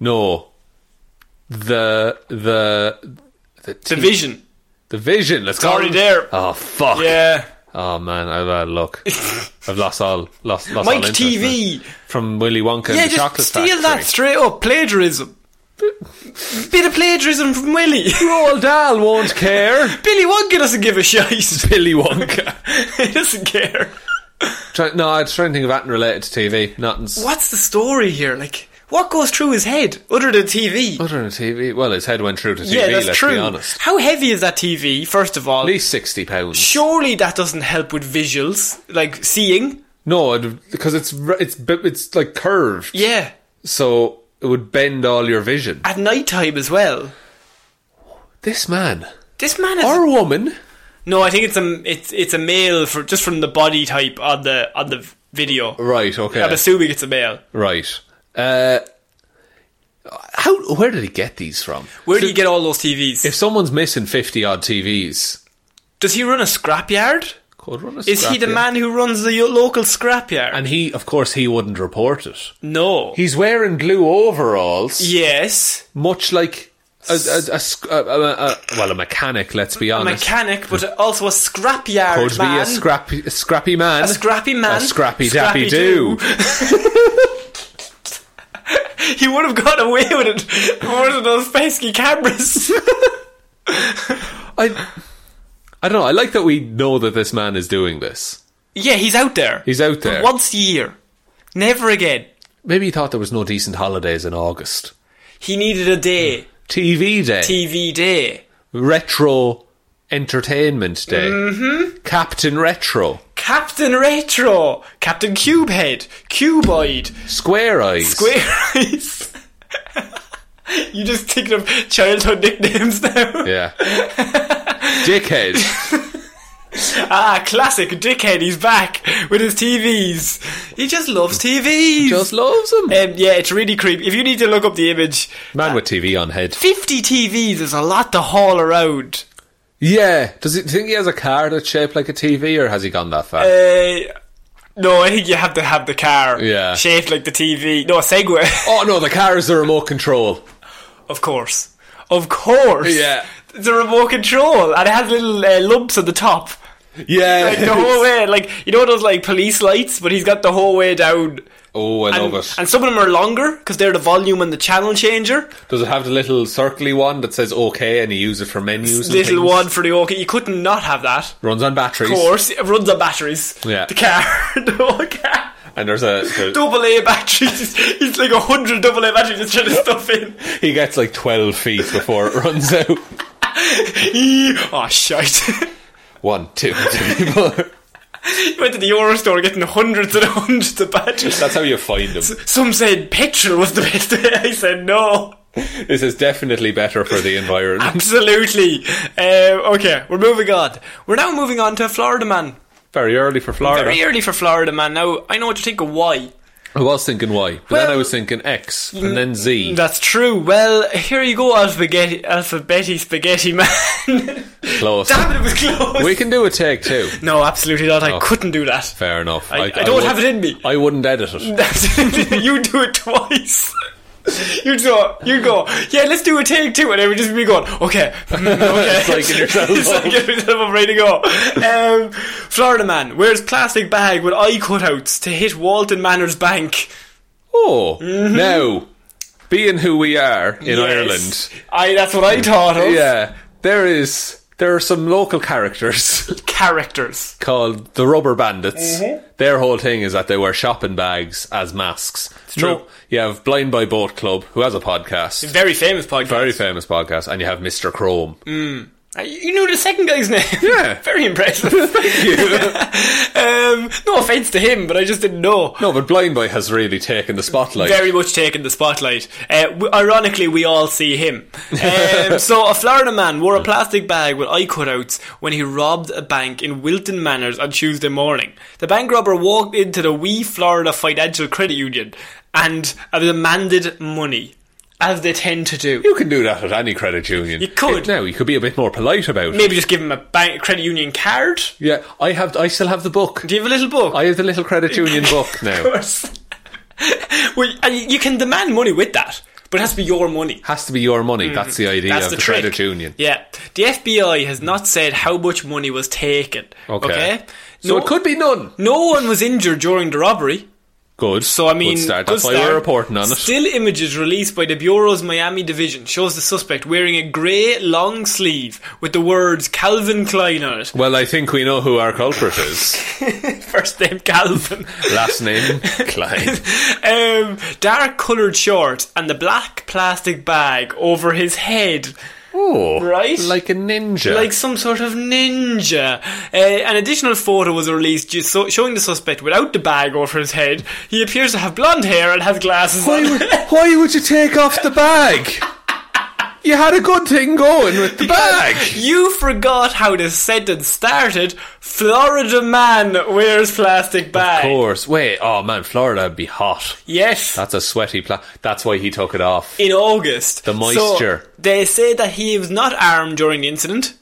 Speaker 2: No. The the the t-
Speaker 1: Division.
Speaker 2: the vision. Let's go.
Speaker 1: already there.
Speaker 2: Oh fuck.
Speaker 1: Yeah.
Speaker 2: Oh man, I've had luck. I've lost all lost
Speaker 1: Mike
Speaker 2: lost all interest
Speaker 1: TV.
Speaker 2: now. from Willy Wonka
Speaker 1: Yeah,
Speaker 2: and
Speaker 1: just
Speaker 2: the Chocolate
Speaker 1: steal
Speaker 2: Factory.
Speaker 1: that straight up. Plagiarism. Bit of plagiarism from Willie.
Speaker 2: Roald Dahl won't care.
Speaker 1: Billy Wonka doesn't give a shit.
Speaker 2: Billy Wonka.
Speaker 1: he doesn't care.
Speaker 2: Try, no, I was trying to think of that related to TV. Nothing's
Speaker 1: What's the story here? Like, what goes through his head other than TV?
Speaker 2: other than TV. Well, his head went through to TV.
Speaker 1: yeah, that's
Speaker 2: let's
Speaker 1: true.
Speaker 2: be honest.
Speaker 1: How heavy is that TV? First of all,
Speaker 2: At least sixty pounds.
Speaker 1: surely that doesn't help with visuals, like seeing.
Speaker 2: No, it, because it's re- it's bi- it's like curved,
Speaker 1: Yeah,
Speaker 2: so it would bend all your vision.
Speaker 1: at night time as well.
Speaker 2: This man
Speaker 1: This man is
Speaker 2: or woman,
Speaker 1: no. I think it's a it's it's a male for just from the body type on the on the video.
Speaker 2: right? Okay,
Speaker 1: I'm assuming it's a male.
Speaker 2: right. Uh, how? Where did he get these from?
Speaker 1: Where do you get all those TVs?
Speaker 2: If someone's missing fifty odd TVs,
Speaker 1: Does he run a scrapyard?
Speaker 2: could run a
Speaker 1: Is he
Speaker 2: scrapyard.
Speaker 1: the man who runs the local scrapyard?
Speaker 2: And he, of course, he wouldn't report it.
Speaker 1: no.
Speaker 2: He's wearing blue overalls,
Speaker 1: yes.
Speaker 2: much like a, a- a sc- a- a- a- well, a mechanic. Let's be
Speaker 1: a
Speaker 2: honest.
Speaker 1: mechanic, but also a scrapyard
Speaker 2: could
Speaker 1: man.
Speaker 2: be a scrappy, a scrappy man,
Speaker 1: A scrappy man.
Speaker 2: a scrappy
Speaker 1: Scrappy
Speaker 2: dappy do.
Speaker 1: he would have got away with it with one of those pesky cameras.
Speaker 2: I, I don't know. I like that we know that this man is doing this.
Speaker 1: yeah, he's out there.
Speaker 2: He's out there.
Speaker 1: But once a year. Never again.
Speaker 2: Maybe he thought there was no decent holidays in August.
Speaker 1: He needed a day.
Speaker 2: TV day,
Speaker 1: TV day.
Speaker 2: retro entertainment day,
Speaker 1: Mm-hmm.
Speaker 2: Captain Retro,
Speaker 1: Captain Retro. Captain Cubehead. Cuboid.
Speaker 2: Square Eyes,
Speaker 1: Square Eyes. you just thinking of childhood nicknames now.
Speaker 2: yeah, Dickhead.
Speaker 1: Ah, classic dickhead. He's back with his TVs. He just loves TVs.
Speaker 2: Just loves him.
Speaker 1: Um, yeah, it's really creepy. If you need to look up the image,
Speaker 2: Man with TV on head.
Speaker 1: 50 TVs is a lot to haul around.
Speaker 2: Yeah. Does he think he has a car that's shaped like a TV, or has he gone that far?
Speaker 1: Uh, no, I think you have to have the car
Speaker 2: Yeah.
Speaker 1: shaped like the TV. No, a Segway.
Speaker 2: oh no, the car is the remote control.
Speaker 1: of course. Of course.
Speaker 2: Yeah.
Speaker 1: It's a remote control and it has little uh, lumps at the top.
Speaker 2: Yeah.
Speaker 1: Like the whole way. Like, you know those like police lights? But he's got the whole way down.
Speaker 2: oh, I
Speaker 1: And,
Speaker 2: love it.
Speaker 1: and some of them are longer because they're the volume and the channel changer.
Speaker 2: Does it have the little circly one that says OK and you use it for menus? And
Speaker 1: Little
Speaker 2: things?
Speaker 1: one for the okay. You couldn't not have that.
Speaker 2: runs on batteries.
Speaker 1: Of course, it runs on batteries.
Speaker 2: Yeah.
Speaker 1: The car, the whole car.
Speaker 2: And there's a there's-
Speaker 1: Double A batteries. It's like a hundred double A batteries just trying to stuff in.
Speaker 2: he gets like twelve feet before it runs out.
Speaker 1: oh shite!
Speaker 2: One, two, three, four.
Speaker 1: you went to the Euro store getting hundreds and hundreds of batteries.
Speaker 2: That's how you find them.
Speaker 1: Some said petrol was the best. I said no.
Speaker 2: This is definitely better for the environment.
Speaker 1: Absolutely. Uh, okay, we're moving on. We're now moving on to Florida Man.
Speaker 2: Very early for Florida.
Speaker 1: Very early for Florida Man. Now I know what you think of why.
Speaker 2: I was thinking Y, but then I
Speaker 1: Well-
Speaker 2: was thinking X, and then Z.
Speaker 1: That's true. Well, here you go, alphabeti, alphabeti spaghetti man.
Speaker 2: Close.
Speaker 1: Damn it, it was close.
Speaker 2: We can do a take two.
Speaker 1: no, absolutely not. I
Speaker 2: Oh.
Speaker 1: couldn't do that.
Speaker 2: Fair enough.
Speaker 1: I- I don't
Speaker 2: would-
Speaker 1: have it in me.
Speaker 2: I wouldn't edit it.
Speaker 1: you do it twice. You go, you go. Yeah, let's do a take two, and then we just be going. Okay, mm, okay.
Speaker 2: It's like in yourself.
Speaker 1: It's like in yourself, I'm ready to go. Um, Florida man wears plastic bag with eye cutouts to hit Walton Manor's bank.
Speaker 2: Oh, now, being who we are in
Speaker 1: Mm-hmm. Yes.
Speaker 2: Ireland,
Speaker 1: I. That's what I thought of.
Speaker 2: yeah, there is there are some local characters
Speaker 1: Characters.
Speaker 2: called the Rubber Bandits.
Speaker 1: Mm-hmm.
Speaker 2: Their whole thing is that they wear shopping bags as masks. It's
Speaker 1: true.
Speaker 2: you have Blind by Boat Club, who has a podcast,
Speaker 1: Very famous podcast.
Speaker 2: very famous podcast, and you have Mister Chrome.
Speaker 1: Uh, You knew the second guy's name.
Speaker 2: Yeah.
Speaker 1: Very impressive. Thank you. um, no offence to him, but I just didn't know.
Speaker 2: No, but Blind by has really taken the spotlight.
Speaker 1: Very much taken the spotlight. Uh, w- ironically, we all see him. Um, so, a Florida man wore a plastic bag with eye cutouts when he robbed a bank in Wilton Manors on Tuesday morning. The bank robber walked into the Wee Florida Financial Credit Union and uh, demanded money, as they tend to do.
Speaker 2: you can do that at any credit union. You
Speaker 1: could.
Speaker 2: now. You could be a bit more polite about it.
Speaker 1: Maybe just give him a bank credit union card.
Speaker 2: Yeah, I have. I still have the book.
Speaker 1: Do you have a little book?
Speaker 2: I have the little credit union book now.
Speaker 1: course. well, and you- you can demand money with that, but it has to be your money.
Speaker 2: Has to be your money. Mm. That's the idea
Speaker 1: That's
Speaker 2: of
Speaker 1: the,
Speaker 2: the,
Speaker 1: trick.
Speaker 2: credit union.
Speaker 1: Yeah, the FBI has not said how much money was taken.
Speaker 2: Okay.
Speaker 1: Okay,
Speaker 2: So
Speaker 1: no,
Speaker 2: it could be none.
Speaker 1: No one was injured during the robbery,
Speaker 2: Good.
Speaker 1: so I mean,
Speaker 2: good start.
Speaker 1: good
Speaker 2: That's why
Speaker 1: start.
Speaker 2: we're reporting on it.
Speaker 1: Still images released by the bureau's Miami division shows the suspect wearing a grey long sleeve with the words Calvin Klein on it.
Speaker 2: Well, I think we know who our culprit is.
Speaker 1: First name Calvin.
Speaker 2: Last name Klein.
Speaker 1: um, dark coloured shorts and the black plastic bag over his head.
Speaker 2: Oh,
Speaker 1: Right?
Speaker 2: Like a ninja.
Speaker 1: Like some sort of ninja. Uh, an additional photo was released ju- so- showing the suspect without the bag over his head. He appears to have blonde hair and has glasses
Speaker 2: why
Speaker 1: on.
Speaker 2: would, why would you take off the bag? You had a good thing going with the bag.
Speaker 1: You forgot how the sentence started. Florida man wears plastic
Speaker 2: Of
Speaker 1: bag.
Speaker 2: course. Wait. Oh man, Florida would be hot.
Speaker 1: Yes.
Speaker 2: That's a sweaty pla- That's why he took it off.
Speaker 1: in August.
Speaker 2: The moisture.
Speaker 1: So they say that he was not armed during the incident,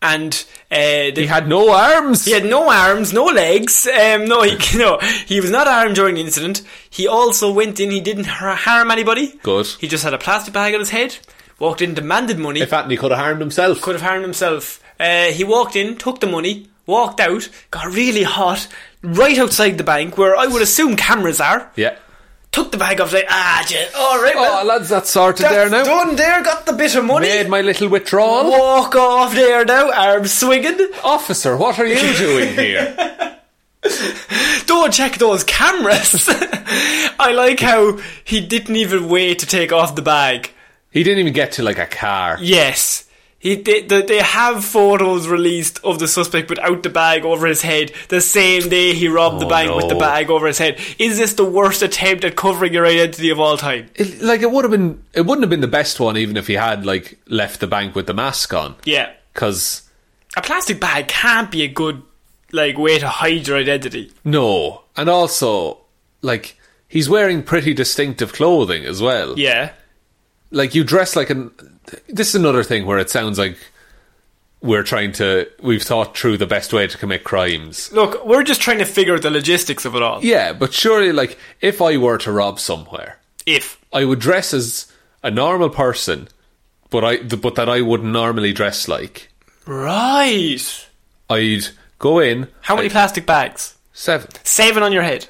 Speaker 1: and uh, they
Speaker 2: He had no arms.
Speaker 1: He had no arms, no legs. Um, no, he, no, he was not armed during the incident. He also went in. He didn't har- harm anybody.
Speaker 2: Good.
Speaker 1: He just had a plastic bag on his head. Walked in, demanded money.
Speaker 2: In fact, he could have harmed himself.
Speaker 1: could have harmed himself. Uh, he walked in, took the money, walked out. Got really hot, right outside the bank where I would assume cameras are.
Speaker 2: Yeah.
Speaker 1: Took the bag off. Like ah, yeah, all right.
Speaker 2: Oh,
Speaker 1: Well,
Speaker 2: lads, that's sorted
Speaker 1: that's
Speaker 2: there now.
Speaker 1: Done there. Got the bit of money.
Speaker 2: Made my little withdrawal.
Speaker 1: Walk off there now, arms swinging.
Speaker 2: Officer, what are you doing here?
Speaker 1: Don't check those cameras. I like how he didn't even wait to take off the bag.
Speaker 2: he didn't even get to like a car.
Speaker 1: Yes. He, they, they they have photos released of the suspect without the bag over his head the same day he robbed the
Speaker 2: Oh,
Speaker 1: bank with the
Speaker 2: no.
Speaker 1: bag over his head. Is this the worst attempt at covering your identity of all time?
Speaker 2: It, like it would have been, it wouldn't have been the best one even if he had like left the bank with the mask on.
Speaker 1: Yeah.
Speaker 2: Because
Speaker 1: A plastic bag can't be a good like way to hide your identity.
Speaker 2: no, and also like he's wearing pretty distinctive clothing as well.
Speaker 1: Yeah.
Speaker 2: like you dress like an. This is another thing where it sounds like we're trying to we've thought through the best way to commit crimes.
Speaker 1: Look, we're just trying to figure out the logistics of it all.
Speaker 2: Yeah, but surely, like, if I were to rob somewhere,
Speaker 1: If
Speaker 2: I would dress as a normal person, but I but that I wouldn't normally dress like.
Speaker 1: right.
Speaker 2: I'd go in.
Speaker 1: How many
Speaker 2: I'd-
Speaker 1: plastic bags?
Speaker 2: Seven.
Speaker 1: Seven on your head.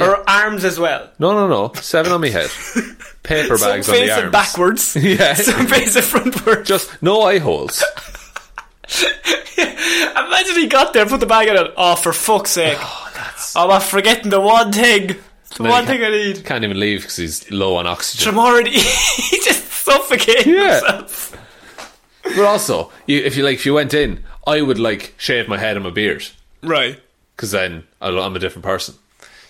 Speaker 1: Or arms as well.
Speaker 2: No, no, no. Seven on my head. Paper bags
Speaker 1: Some
Speaker 2: on
Speaker 1: face
Speaker 2: the
Speaker 1: it
Speaker 2: arms.
Speaker 1: backwards.
Speaker 2: Yeah.
Speaker 1: Some face it frontwards.
Speaker 2: Just no eye holes.
Speaker 1: Imagine he got there, put the bag in it. Oh, for fuck's sake. Oh, I'm forgetting the one thing. The
Speaker 2: Then
Speaker 1: one
Speaker 2: he
Speaker 1: thing I
Speaker 2: can't-
Speaker 1: need.
Speaker 2: Can't even leave because he's low on oxygen.
Speaker 1: I'm already. he just suffocating
Speaker 2: Yeah.
Speaker 1: himself.
Speaker 2: But also, you, if you like, if you went in, I would like shave my head and my beard
Speaker 1: Right.
Speaker 2: because then I'll- I'm a different person.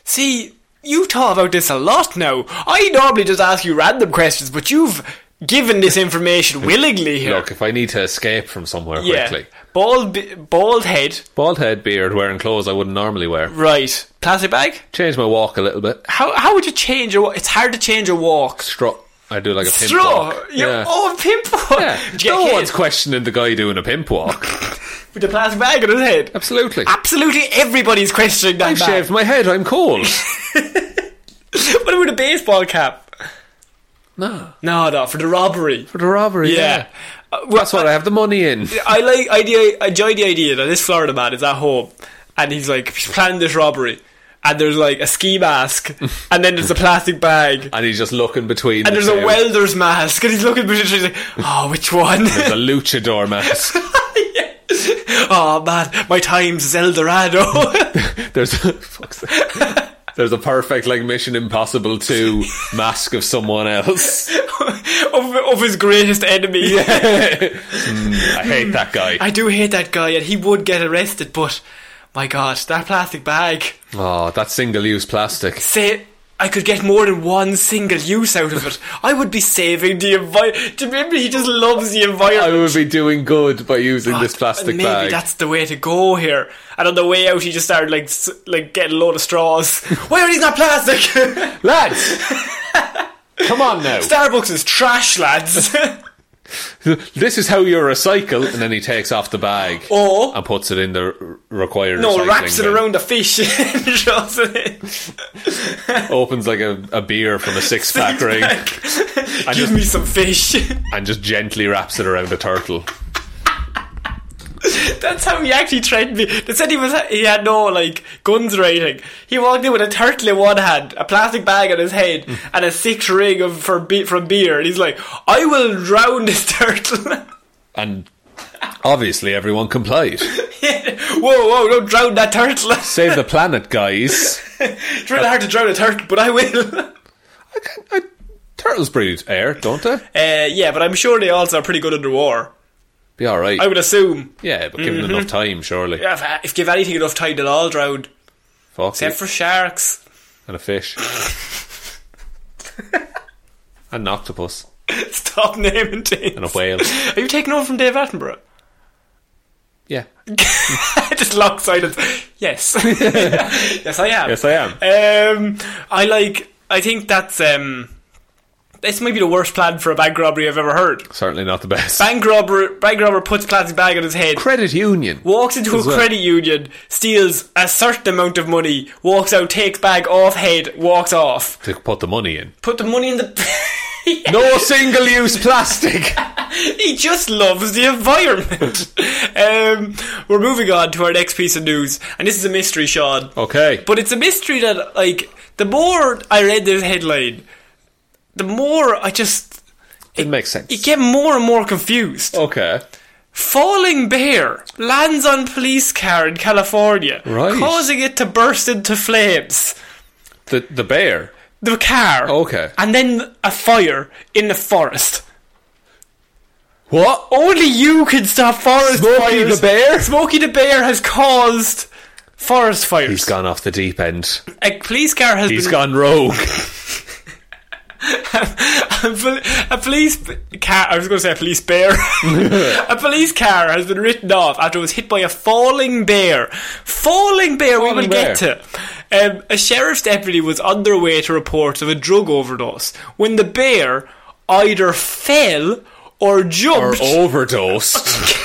Speaker 1: See, you talk about this a lot now. I normally just ask you random questions, but you've given this information willingly here.
Speaker 2: Look, if I need to escape from somewhere
Speaker 1: yeah.
Speaker 2: quickly,
Speaker 1: Bald, b- bald head,
Speaker 2: bald head, beard, wearing clothes I wouldn't normally wear.
Speaker 1: right. Plastic bag?
Speaker 2: Change my walk a little bit.
Speaker 1: How, how would you change your wa- It's hard to change your walk.
Speaker 2: Strut. I do like a pimp
Speaker 1: Straw!
Speaker 2: walk.
Speaker 1: You're,
Speaker 2: yeah.
Speaker 1: Oh, pimp walk!
Speaker 2: Yeah.
Speaker 1: Did you get
Speaker 2: No
Speaker 1: hit
Speaker 2: one's questioning the guy doing a pimp walk.
Speaker 1: with the plastic bag on his head.
Speaker 2: Absolutely.
Speaker 1: Absolutely everybody's questioning that
Speaker 2: I've
Speaker 1: man.
Speaker 2: shaved my head. I'm cold.
Speaker 1: What about a baseball cap?
Speaker 2: no,
Speaker 1: No, no, for the robbery.
Speaker 2: for the robbery.
Speaker 1: yeah. Uh, well,
Speaker 2: That's what I have the money in.
Speaker 1: I like idea. I enjoy the idea that this Florida man is at home, and he's like he's planning this robbery, and there's like a ski mask, and then there's a plastic bag,
Speaker 2: And he's just looking between.
Speaker 1: and
Speaker 2: the
Speaker 1: there's a
Speaker 2: two.
Speaker 1: welder's mask, and he's looking at he's like, oh, which one?
Speaker 2: There's a luchador mask.
Speaker 1: oh man, my time's is El Dorado.
Speaker 2: There's fuck's sake. there's a perfect like Mission Impossible two mask of someone else.
Speaker 1: of, of his greatest enemy.
Speaker 2: I hate that guy.
Speaker 1: I do hate that guy, and he would get arrested, but my god, that plastic bag.
Speaker 2: Oh, that single use plastic.
Speaker 1: say I could get more than one single use out of it, I would be saving the environment. Maybe he just loves the
Speaker 2: I
Speaker 1: environment.
Speaker 2: would be doing good by using this plastic
Speaker 1: maybe
Speaker 2: bag.
Speaker 1: that's the way to go here. And on the way out, he just started like s- like getting a load of straws. Why are these not plastic?
Speaker 2: Lads, come on now.
Speaker 1: Starbucks is trash, lads.
Speaker 2: This is how you recycle. And then he takes off the bag
Speaker 1: Or-
Speaker 2: and puts it in the r- required.
Speaker 1: no,
Speaker 2: recycling
Speaker 1: wraps it
Speaker 2: bin.
Speaker 1: around a fish. and shoves it in.
Speaker 2: Opens like a, a beer from a six pack ring
Speaker 1: Give
Speaker 2: just-
Speaker 1: me some fish.
Speaker 2: and just gently wraps it around a turtle.
Speaker 1: That's how he actually threatened me. They said he was he had no like guns or anything. He walked in with a turtle in one hand, a plastic bag on his head,
Speaker 2: Mm.
Speaker 1: and a six ring of for be- from beer. And he's like, "I will drown this turtle."
Speaker 2: And obviously, everyone complied.
Speaker 1: whoa, whoa! Don't drown that turtle. it's
Speaker 2: Save the planet, guys.
Speaker 1: really hard to drown a turtle, but I will.
Speaker 2: I can't- I- turtles breathe air, don't they?
Speaker 1: uh, yeah, but I'm sure they also are pretty good under war.
Speaker 2: Be all right.
Speaker 1: I Mm-hmm. would assume.
Speaker 2: yeah, but given enough time, surely.
Speaker 1: If, if give anything enough time, they'll all drown,
Speaker 2: Fuck
Speaker 1: except
Speaker 2: it.
Speaker 1: for sharks.
Speaker 2: and a fish. and an octopus.
Speaker 1: Stop naming things.
Speaker 2: And a whale.
Speaker 1: Are you taking over from Dave Attenborough?
Speaker 2: Yeah.
Speaker 1: just long silence. Yes, yes, I am.
Speaker 2: Yes, I am.
Speaker 1: Um, I like. I think that's. Um, this might be the worst plan for a bank robbery I've ever heard.
Speaker 2: Certainly not the best.
Speaker 1: Bank robber, bank robber puts a plastic bag on his head,
Speaker 2: Credit union.
Speaker 1: walks into a
Speaker 2: As well.
Speaker 1: credit union, steals a certain amount of money, walks out, takes bag off head, walks off.
Speaker 2: To put the money in.
Speaker 1: Put the money in the.
Speaker 2: No single use plastic.
Speaker 1: he just loves the environment. um, we're moving on to our next piece of news, and this is a mystery, Sean.
Speaker 2: Okay.
Speaker 1: But it's a mystery that, like, the more I read this headline, the more I just
Speaker 2: it makes sense.
Speaker 1: you get more and more confused.
Speaker 2: okay.
Speaker 1: Falling bear lands on police car in California,
Speaker 2: Right.
Speaker 1: causing it to burst into flames.
Speaker 2: The the bear.
Speaker 1: The car,
Speaker 2: Oh, Okay.
Speaker 1: and then a fire in the forest.
Speaker 2: What?
Speaker 1: Only you can stop forest
Speaker 2: Smokey
Speaker 1: fires.
Speaker 2: the Bear?
Speaker 1: Smokey the bear has caused forest fires.
Speaker 2: He's gone off the deep end.
Speaker 1: A police car has
Speaker 2: He's
Speaker 1: been
Speaker 2: gone rogue.
Speaker 1: a, pol- a police b- car. I was going to say a police bear. a police car has been written off after it was hit by a falling bear. Falling bear. we will
Speaker 2: Falling
Speaker 1: get to. Um, a sheriff's deputy was on their way to report of a drug overdose when the bear either fell or
Speaker 2: or
Speaker 1: jumped,
Speaker 2: overdosed.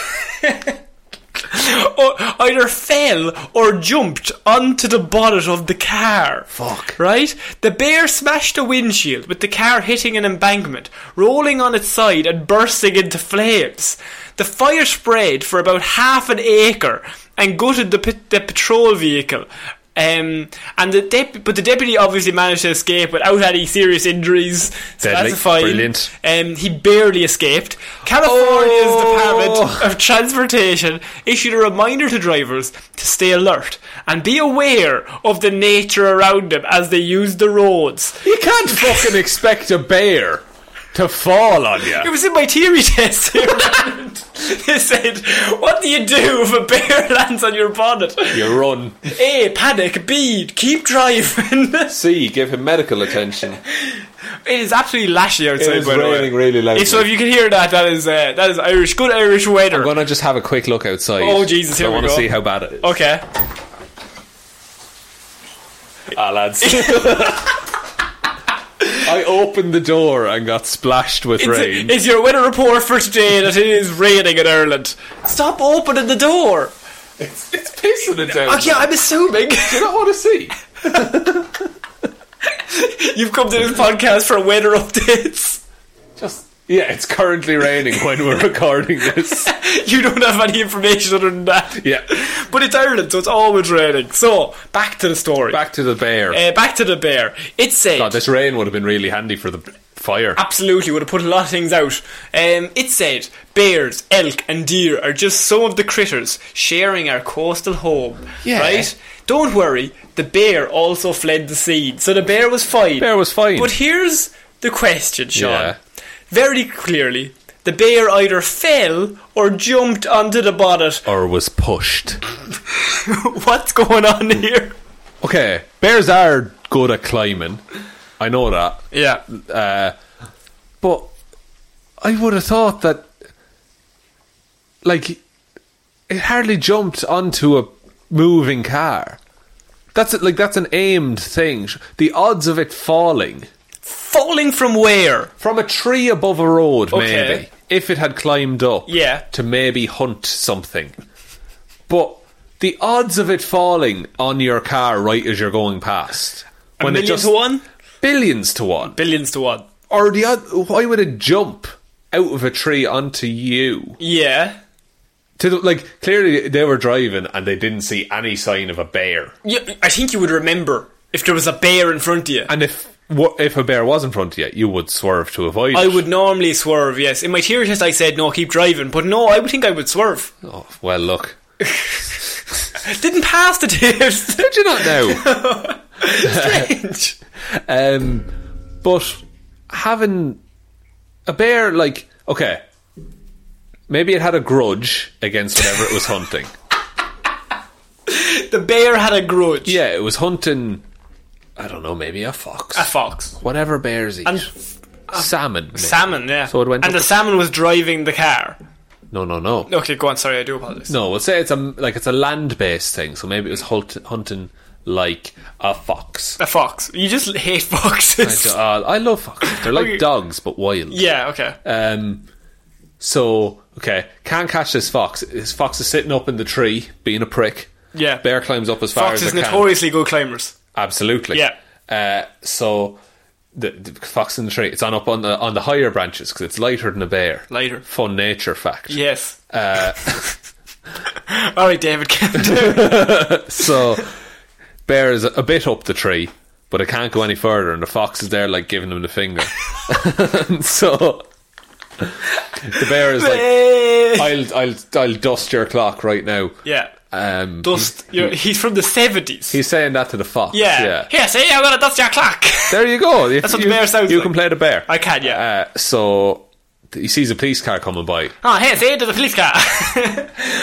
Speaker 1: or either fell or jumped onto the bonnet of the car.
Speaker 2: Fuck.
Speaker 1: Right? The bear smashed a windshield with the car hitting an embankment, rolling on its side and bursting into flames. The fire spread for about half an acre and gutted the, pit- the patrol vehicle. Um, and the dep- but the deputy obviously managed to escape without any serious injuries. So
Speaker 2: Deadly.
Speaker 1: that's a fine.
Speaker 2: Brilliant.
Speaker 1: Um, he barely escaped. California's
Speaker 2: Oh.
Speaker 1: Department of Transportation issued a reminder to drivers to stay alert and be aware of the nature around them as they use the roads.
Speaker 2: you can't fucking expect a bear to fall on
Speaker 1: It
Speaker 2: you.
Speaker 1: was in my theory test. here. they said, "What do you do if a bear lands on your bonnet?"
Speaker 2: You run.
Speaker 1: A. Panic. B. Keep driving.
Speaker 2: C. Give him medical attention.
Speaker 1: It is absolutely lashy outside.
Speaker 2: is
Speaker 1: by the way.
Speaker 2: raining really loudly.
Speaker 1: If- So if you can hear that, that is uh, that is Irish, good Irish weather.
Speaker 2: I'm gonna just have a quick look outside.
Speaker 1: Oh, Jesus,
Speaker 2: 'cause
Speaker 1: here
Speaker 2: I
Speaker 1: we
Speaker 2: want to
Speaker 1: go.
Speaker 2: see how bad it is.
Speaker 1: okay.
Speaker 2: Ah, lads. I opened the door and got splashed with
Speaker 1: It's,
Speaker 2: rain.
Speaker 1: it's your weather report for today that it is raining in Ireland. Stop opening the door.
Speaker 2: it's pissing it down.
Speaker 1: Okay, I'm assuming
Speaker 2: Do you not want to see?
Speaker 1: you've come to this podcast for weather updates.
Speaker 2: Just yeah, it's currently raining when we're recording this.
Speaker 1: You don't have any information other than that.
Speaker 2: Yeah.
Speaker 1: But it's Ireland, so it's always raining. So, back to the story.
Speaker 2: Back to the bear.
Speaker 1: Uh, back to the bear. It said.
Speaker 2: God, this rain would have been really handy for the fire.
Speaker 1: absolutely would have put a lot of things out. Um, it said bears, elk, and deer are just some of the critters sharing our coastal home.
Speaker 2: Yeah.
Speaker 1: Right? Don't worry, the bear also fled the scene, so the bear was fine.
Speaker 2: Bear was fine.
Speaker 1: But here's the question, Sean.
Speaker 2: Yeah.
Speaker 1: Very clearly, the bear either fell or jumped onto the bonnet.
Speaker 2: Or was pushed.
Speaker 1: What's going on here?
Speaker 2: Okay, bears are good at climbing. I know that.
Speaker 1: Yeah.
Speaker 2: Uh, but I would have thought that, like, it hardly jumped onto a moving car. That's it. Like that's an aimed thing. The odds of it falling
Speaker 1: Falling from where?
Speaker 2: from a tree above a road,
Speaker 1: Okay.
Speaker 2: maybe if it had climbed up,
Speaker 1: Yeah.
Speaker 2: to maybe hunt something. But the odds of it falling on your car right as you're going past,
Speaker 1: A million to one?
Speaker 2: billions to one,
Speaker 1: Billions to one.
Speaker 2: or the odd, why would it jump out of a tree onto you?
Speaker 1: Yeah.
Speaker 2: To the, like clearly they were driving and they didn't see any sign of a bear.
Speaker 1: Yeah, I think you would remember if there was a bear in front of you.
Speaker 2: And if wha- if a bear was in front of you, you would swerve to avoid.
Speaker 1: I
Speaker 2: it.
Speaker 1: would normally swerve, yes. In my theory test, I said no, keep driving, but no, I would think I would swerve.
Speaker 2: Oh, well, look.
Speaker 1: Didn't pass the test.
Speaker 2: Did you not know?
Speaker 1: Strange.
Speaker 2: um, but having a bear, like okay, maybe it had a grudge against whatever it was hunting.
Speaker 1: the bear had a grudge.
Speaker 2: yeah, it was hunting. I don't know, maybe a fox.
Speaker 1: A fox.
Speaker 2: whatever bears eat.
Speaker 1: And- uh,
Speaker 2: salmon. maybe.
Speaker 1: Salmon, yeah.
Speaker 2: So it went.
Speaker 1: and
Speaker 2: up-
Speaker 1: the salmon was driving the car.
Speaker 2: no, no, no, no.
Speaker 1: Okay, go on. Sorry, I do apologize.
Speaker 2: We'll say it's a like it's a land-based thing. So maybe it was hunt- hunting like a fox.
Speaker 1: A fox. You just hate foxes.
Speaker 2: So, uh, I love foxes. They're like
Speaker 1: Okay.
Speaker 2: dogs but wild.
Speaker 1: Yeah, okay.
Speaker 2: Um. So okay, can't catch this fox. This fox is sitting up in the tree, being a prick.
Speaker 1: Yeah.
Speaker 2: Bear climbs up as far
Speaker 1: Foxes
Speaker 2: as it can.
Speaker 1: notoriously good climbers.
Speaker 2: Absolutely.
Speaker 1: Yeah.
Speaker 2: Uh, so the, the fox in the tree. It's on up on the on the higher branches because it's lighter than a bear.
Speaker 1: Lighter.
Speaker 2: Fun nature fact.
Speaker 1: Yes. Uh, All right, David. calm down.
Speaker 2: So bear is a bit up the tree, but it can't go any further, and the fox is there like giving him the finger. And so the bear is like, I'll I'll I'll dust your clock right now.
Speaker 1: yeah.
Speaker 2: Um,
Speaker 1: Dust. You're, he's from the 70s.
Speaker 2: he's saying that to the fox.
Speaker 1: Yeah.
Speaker 2: yeah.
Speaker 1: Here, see, I'm gonna dust your clock.
Speaker 2: There you go. If
Speaker 1: That's what the
Speaker 2: you,
Speaker 1: bear sounds
Speaker 2: You
Speaker 1: like.
Speaker 2: can play the bear.
Speaker 1: I can, yeah.
Speaker 2: Uh, so he sees a police car coming by.
Speaker 1: oh, here, see, to the police car.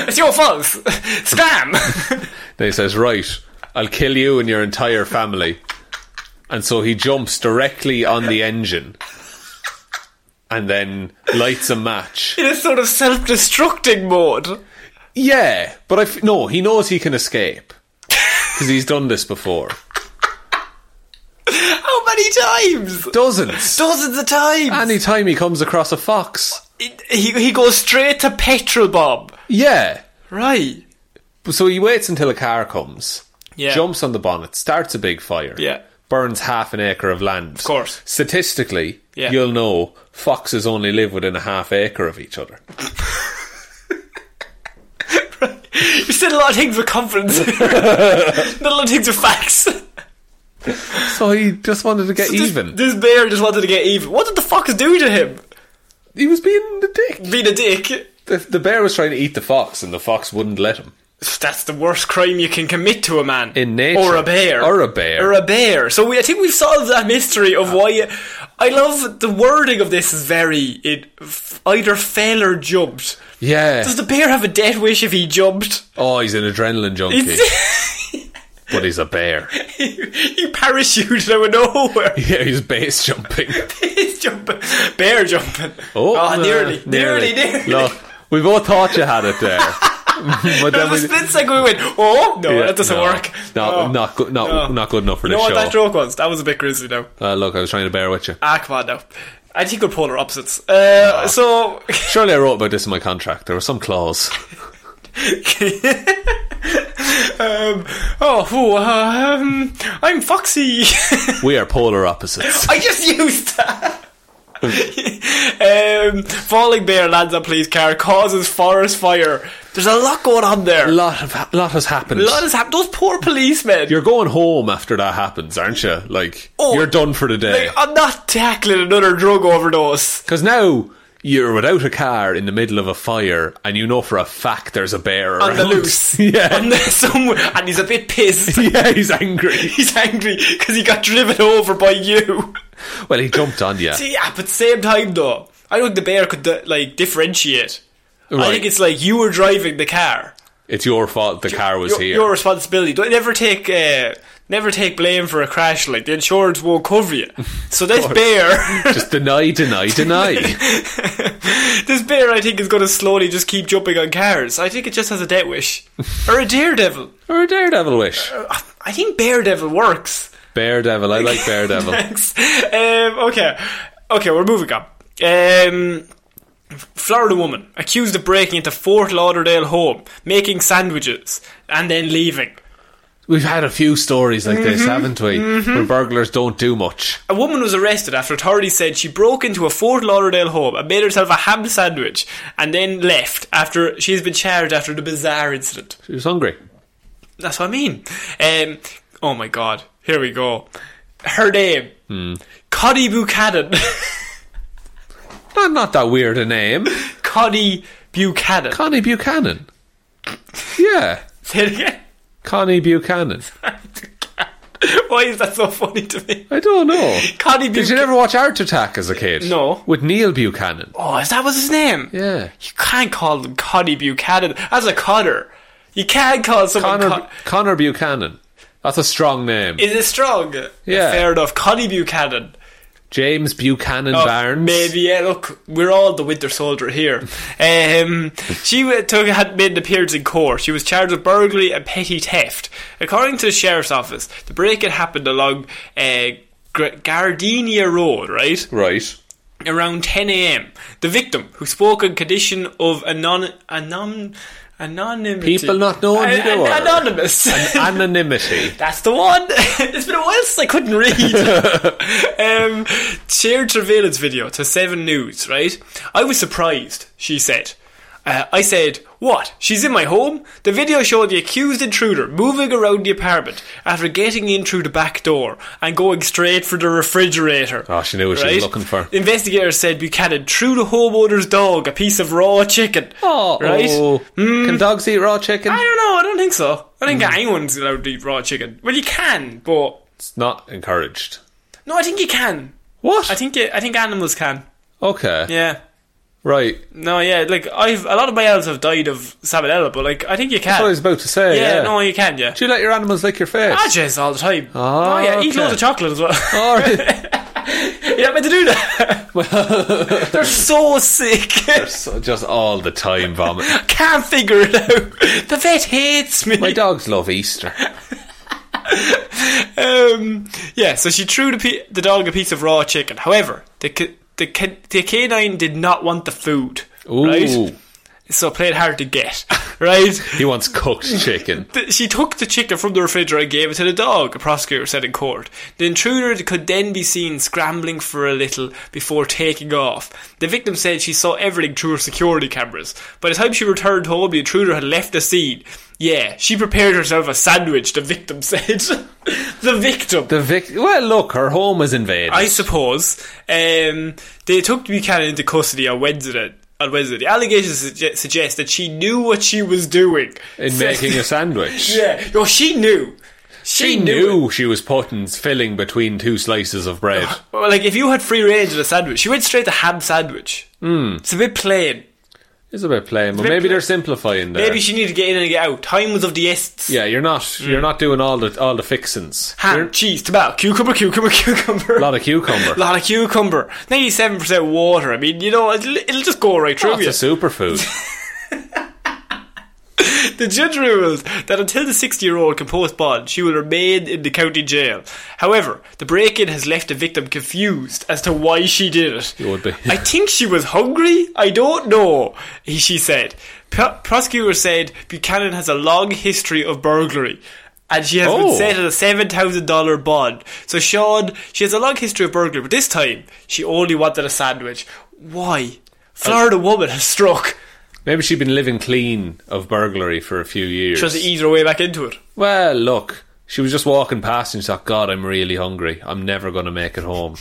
Speaker 1: it's your fault. Spam.
Speaker 2: Then he says, "Right, I'll kill you and your entire family." And so he jumps directly on the engine, and then lights a match.
Speaker 1: In a sort of self-destructing mode.
Speaker 2: Yeah, but I f- no, he knows he can escape because he's done this before.
Speaker 1: How many times?
Speaker 2: Dozens.
Speaker 1: Dozens of times.
Speaker 2: Any time he comes across a fox,
Speaker 1: he, he goes straight to petrol bomb.
Speaker 2: yeah.
Speaker 1: Right.
Speaker 2: So he waits until a car comes,
Speaker 1: Yeah.
Speaker 2: jumps on the bonnet, starts a big fire,
Speaker 1: Yeah.
Speaker 2: burns half an acre of land. Of
Speaker 1: course.
Speaker 2: Statistically,
Speaker 1: Yeah.
Speaker 2: you'll know foxes only live within a half acre of each other.
Speaker 1: You said a lot of things with confidence. Not a lot of things with facts.
Speaker 2: So he just wanted to get even.
Speaker 1: This, this bear just wanted to get even. What did the fox do to him?
Speaker 2: he was being the dick.
Speaker 1: Being a dick.
Speaker 2: The, the bear was trying to eat the fox, and the fox wouldn't let him.
Speaker 1: That's the worst crime you can commit to a man.
Speaker 2: In nature.
Speaker 1: Or a bear.
Speaker 2: Or a bear. Ah.
Speaker 1: Or a bear. So we, I think we've solved that mystery of why. I love the wording of this is very. It f- either fell or jumped.
Speaker 2: Yeah.
Speaker 1: Does the bear have a death wish if he jumped?
Speaker 2: Oh, he's an adrenaline junkie. but he's a bear.
Speaker 1: he parachuted out of nowhere.
Speaker 2: yeah, he's base jumping.
Speaker 1: He's jumping, bear jumping. Ah,
Speaker 2: Oh, uh,
Speaker 1: nearly, nearly, nearly.
Speaker 2: Look, we both thought you had it there. but
Speaker 1: There
Speaker 2: then we,
Speaker 1: was a split second we went, oh, no,
Speaker 2: yeah,
Speaker 1: that doesn't
Speaker 2: no,
Speaker 1: work.
Speaker 2: No,
Speaker 1: Oh.
Speaker 2: not good.
Speaker 1: No.
Speaker 2: Not, not good enough for
Speaker 1: You know
Speaker 2: this
Speaker 1: what that
Speaker 2: show.
Speaker 1: joke was? That was a bit grisly, though.
Speaker 2: uh, look, I was trying to bear with you.
Speaker 1: Ah, come on now. I think we're polar opposites. Uh, so,
Speaker 2: Surely I wrote about this in my contract. There was some clause.
Speaker 1: um, oh, whew, um, I'm Foxy.
Speaker 2: We are polar opposites.
Speaker 1: I just used that. um, falling bear lands on police car, causes forest fire. There's a lot going on there.
Speaker 2: A lot of lot has happened.
Speaker 1: a lot has happened. Those poor policemen.
Speaker 2: you're going home after that happens, aren't you? Like
Speaker 1: Oh,
Speaker 2: you're done for the day.
Speaker 1: like, uh- I'm not tackling another drug overdose.
Speaker 2: Because now you're without a car in the middle of a fire, and you know for a fact there's a bear
Speaker 1: On
Speaker 2: around.
Speaker 1: the loose.
Speaker 2: yeah,
Speaker 1: On the- somewhere, and he's a bit pissed.
Speaker 2: yeah, he's angry.
Speaker 1: He's angry because he got driven over by you.
Speaker 2: Well, he jumped on you.
Speaker 1: See, yeah, but same time though, I don't think the bear could di- like differentiate. I
Speaker 2: Right.
Speaker 1: think it's like you were driving the car.
Speaker 2: It's your fault. The car was
Speaker 1: your,
Speaker 2: here.
Speaker 1: your responsibility. Don't never take uh, never take blame for a crash. Like the insurance won't cover you. So this bear,
Speaker 2: Just deny, deny, deny.
Speaker 1: this bear, I think is going to slowly just keep jumping on cars. I think it just has a debt wish or a daredevil.
Speaker 2: or a daredevil wish.
Speaker 1: I think daredevil works.
Speaker 2: Daredevil. I like daredevil.
Speaker 1: Thanks. Um, okay, okay, we're moving on. Um, Florida woman accused of breaking into Fort Lauderdale home, making sandwiches, and then leaving.
Speaker 2: We've had a few stories like
Speaker 1: Mm-hmm.
Speaker 2: this, haven't we? Where burglars don't do much.
Speaker 1: A woman was arrested after authorities said she broke into a Fort Lauderdale home and made herself a ham sandwich and then left after she has been charged after the bizarre incident.
Speaker 2: She was hungry.
Speaker 1: That's what I mean. Um, oh my god, here we go. Her name, Cody Buchanan.
Speaker 2: Not, not that weird a name.
Speaker 1: Cody Buchanan.
Speaker 2: Connie Buchanan. Yeah,
Speaker 1: Say it again.
Speaker 2: Connie Buchanan.
Speaker 1: Why is that so funny to me?
Speaker 2: I don't know.
Speaker 1: Cody
Speaker 2: Did you
Speaker 1: Buchanan.
Speaker 2: ever watch Art Attack as a kid?
Speaker 1: No.
Speaker 2: With Neil Buchanan.
Speaker 1: Oh, is that was his name?
Speaker 2: Yeah.
Speaker 1: You can't call him Cody Buchanan. That's a Connor. You can't call someone.
Speaker 2: Connor,
Speaker 1: Con-
Speaker 2: Connor Buchanan. That's a strong name.
Speaker 1: is it strong?
Speaker 2: Yeah.
Speaker 1: Fair enough. Cody Buchanan.
Speaker 2: James Buchanan
Speaker 1: Oh,
Speaker 2: Barnes.
Speaker 1: Maybe yeah. Look, we're all the Winter Soldier here. Um, she w- took had made an appearance in court. She was charged with burglary and petty theft. According to the sheriff's office, the break-in happened along uh, Gra- Gardenia Road, right?
Speaker 2: Right.
Speaker 1: around 10 a.m. The victim, who spoke in condition of anon- anon- anonymity.
Speaker 2: People not knowing who they
Speaker 1: An-
Speaker 2: were.
Speaker 1: an- Anonymous.
Speaker 2: Anonymity.
Speaker 1: That's the one. it's been a while since I couldn't read. um, shared surveillance video to Seven News. Right, I was surprised. She said. Uh, I said, "What? She's in my home." The video showed the accused intruder moving around the apartment after getting in through the back door and going straight for the refrigerator.
Speaker 2: Oh, she knew what she was looking for.
Speaker 1: Investigators said Buchanan threw the homeowner's dog a piece of raw chicken.
Speaker 2: Oh,
Speaker 1: right. Mm.
Speaker 2: Can dogs eat raw chicken?
Speaker 1: I don't know. I don't think so. I think anyone's allowed to eat raw chicken. Well, you can, but
Speaker 2: It's not encouraged.
Speaker 1: no, I think you can.
Speaker 2: What?
Speaker 1: I think you, I think animals can.
Speaker 2: okay.
Speaker 1: Yeah.
Speaker 2: Right. That's
Speaker 1: No, yeah. Like I've a lot of my elves have died of salmonella, but like I think you can.
Speaker 2: what I was about to say.
Speaker 1: yeah,
Speaker 2: Yeah.
Speaker 1: No, you can. Yeah.
Speaker 2: Do you let your animals lick your face?
Speaker 1: Badges all the time.
Speaker 2: Ah,
Speaker 1: oh yeah, eat
Speaker 2: okay.
Speaker 1: loads of chocolate as well.
Speaker 2: All right.
Speaker 1: You're not meant to do that. They're so sick.
Speaker 2: So just all the time vomit.
Speaker 1: Can't figure it out. The vet hates me.
Speaker 2: My dogs love Easter.
Speaker 1: Um, yeah, so she threw the, pe- the dog a piece of raw chicken. However, the ca- the ca- the canine did not want the food,
Speaker 2: Ooh.
Speaker 1: right? So it played hard to get, right?
Speaker 2: He wants cooked chicken.
Speaker 1: Th- She took the chicken from the refrigerator and gave it to the dog, a prosecutor said in court. The intruder could then be seen scrambling for a little before taking off. The victim said she saw everything through her security cameras. By the time she returned home, the intruder had left the scene. Yeah, she prepared herself a sandwich, the victim said. the victim.
Speaker 2: The vic- Well, look, her home was invaded.
Speaker 1: I suppose. Um, they took Buchanan into custody on Wednesday. On Wednesday, the allegations suge- suggest that she knew what she was doing
Speaker 2: in
Speaker 1: So-
Speaker 2: making a sandwich.
Speaker 1: yeah, yo, she knew. She,
Speaker 2: She
Speaker 1: knew.
Speaker 2: knew she was putting filling between two slices of bread. Hmm.
Speaker 1: Well, Like if you had free range of a sandwich, she went straight to ham sandwich. Mm. It's a bit plain.
Speaker 2: It's about playing, but
Speaker 1: bit
Speaker 2: maybe
Speaker 1: pla-
Speaker 2: they're simplifying. There.
Speaker 1: Maybe she needed to get in and get out. Time was of the essence.
Speaker 2: yeah, you're not. You're not doing all the all the fixins.
Speaker 1: Ham,
Speaker 2: You're-
Speaker 1: cheese, tobacco, cucumber, cucumber, cucumber.
Speaker 2: Lot of cucumber.
Speaker 1: lot of cucumber. Ninety-seven percent water. I mean, you know, it'll, it'll just go right through
Speaker 2: Lots
Speaker 1: you.
Speaker 2: of superfood.
Speaker 1: The judge ruled that until the 60 year old can post bond, she will remain in the county jail. However, the break in has left the victim confused as to why she did it.
Speaker 2: You would be.
Speaker 1: I think she was hungry? I don't know, he, she said. Pro- prosecutor said Buchanan has a long history of burglary. And she has been
Speaker 2: Oh.
Speaker 1: set at a seven thousand dollar bond. So Sean, she has a long history of burglary, but this time she only wanted a sandwich. Why? Florida woman has struck.
Speaker 2: maybe she'd been living clean of burglary for a few years.
Speaker 1: Trying to ease her way back into it.
Speaker 2: Well, look, she was just walking past and she thought, God, I'm really hungry. I'm never going to make it home.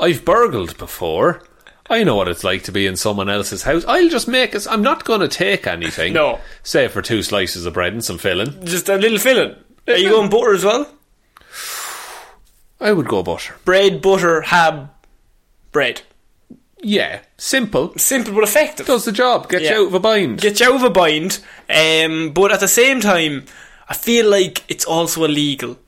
Speaker 2: I've burgled before. I know what it's like to be in someone else's house. I'll just make it. I'm not going to take anything.
Speaker 1: No.
Speaker 2: Save for two slices of bread and some filling.
Speaker 1: Just a little filling. Are you going butter as well?
Speaker 2: I would go butter.
Speaker 1: Bread, butter, ham, bread.
Speaker 2: Yeah, simple.
Speaker 1: Simple but effective.
Speaker 2: Does the job. Get
Speaker 1: Yeah.
Speaker 2: you out of a bind.
Speaker 1: Get you out of a bind, um, but at the same time, I feel like it's also illegal.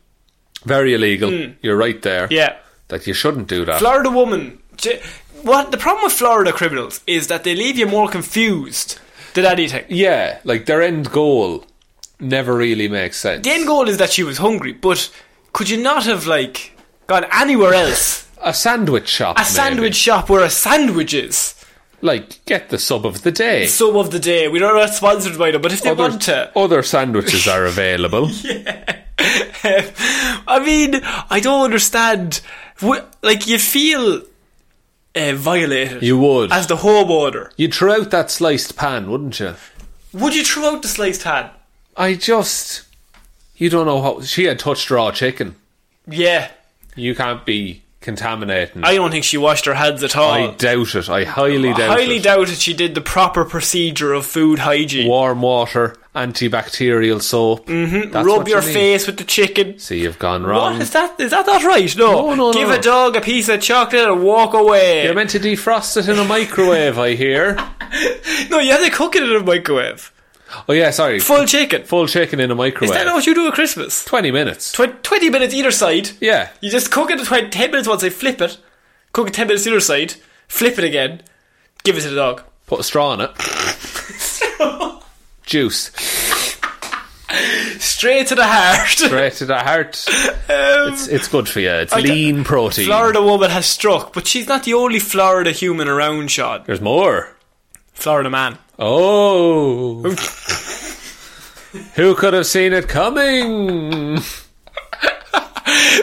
Speaker 2: Very illegal. You're right there.
Speaker 1: Hmm. Yeah.
Speaker 2: Like, you shouldn't do that.
Speaker 1: Florida woman. j- What the problem with Florida criminals is that they leave you more confused than anything.
Speaker 2: yeah, like their end goal never really makes sense.
Speaker 1: The end goal is that she was hungry, but could you not have like gone anywhere else?
Speaker 2: a sandwich shop.
Speaker 1: A sandwich shop where a sandwich is.
Speaker 2: Like, get the sub of the day.
Speaker 1: Some of the day. We're not sponsored by them, but if they
Speaker 2: other,
Speaker 1: want to,
Speaker 2: other sandwiches are available.
Speaker 1: I mean, I don't understand. Wh- Like, you feel uh, violated.
Speaker 2: You would.
Speaker 1: As the homeowner.
Speaker 2: You'd throw out that sliced pan, wouldn't you?
Speaker 1: Would you throw out the sliced hand?
Speaker 2: I just. You don't know how. She had touched raw chicken.
Speaker 1: Yeah.
Speaker 2: You can't be contaminating.
Speaker 1: I don't think she washed her hands at all.
Speaker 2: I doubt it. I highly doubt
Speaker 1: highly
Speaker 2: it.
Speaker 1: doubt that she did the proper procedure of food hygiene.
Speaker 2: Warm water, antibacterial soap. Mm-hmm.
Speaker 1: Rub your face with the chicken.
Speaker 2: See, you've gone wrong.
Speaker 1: What is that? Is that not right? No.
Speaker 2: No, no,
Speaker 1: Give
Speaker 2: no.
Speaker 1: a dog a piece of chocolate and walk away.
Speaker 2: You're meant to defrost it in a microwave, I hear.
Speaker 1: no, you have to cook it in a microwave.
Speaker 2: Oh, yeah, sorry.
Speaker 1: Full chicken.
Speaker 2: Full chicken in a
Speaker 1: Is
Speaker 2: microwave.
Speaker 1: that not what you do at Christmas?
Speaker 2: 20 minutes.
Speaker 1: Tw- 20 minutes either side.
Speaker 2: yeah.
Speaker 1: You just cook it twen- 10 minutes once, I flip it, cook it 10 minutes either side, flip it again, give it to the dog.
Speaker 2: Put a straw in it. Juice.
Speaker 1: Straight to the heart.
Speaker 2: Straight to the heart. it's, it's good for you. It's
Speaker 1: Um, I d-
Speaker 2: lean protein.
Speaker 1: Florida woman has struck, but she's not the only Florida human around, Sean.
Speaker 2: There's more.
Speaker 1: Florida man.
Speaker 2: Oh. Who could have seen it coming?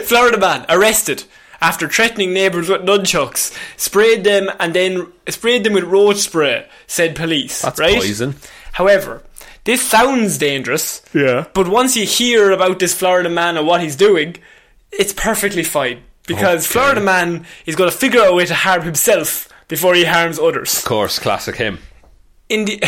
Speaker 1: Florida man arrested after threatening neighbours with nunchucks, sprayed them and then sprayed them with road spray, said police.
Speaker 2: That's
Speaker 1: right?
Speaker 2: poison.
Speaker 1: However, this sounds dangerous.
Speaker 2: Yeah.
Speaker 1: But once you hear about this Florida man and what he's doing, it's perfectly fine. Because
Speaker 2: Okay.
Speaker 1: Florida man is going to figure out a way to harm himself before he harms others.
Speaker 2: Of course, classic him.
Speaker 1: In the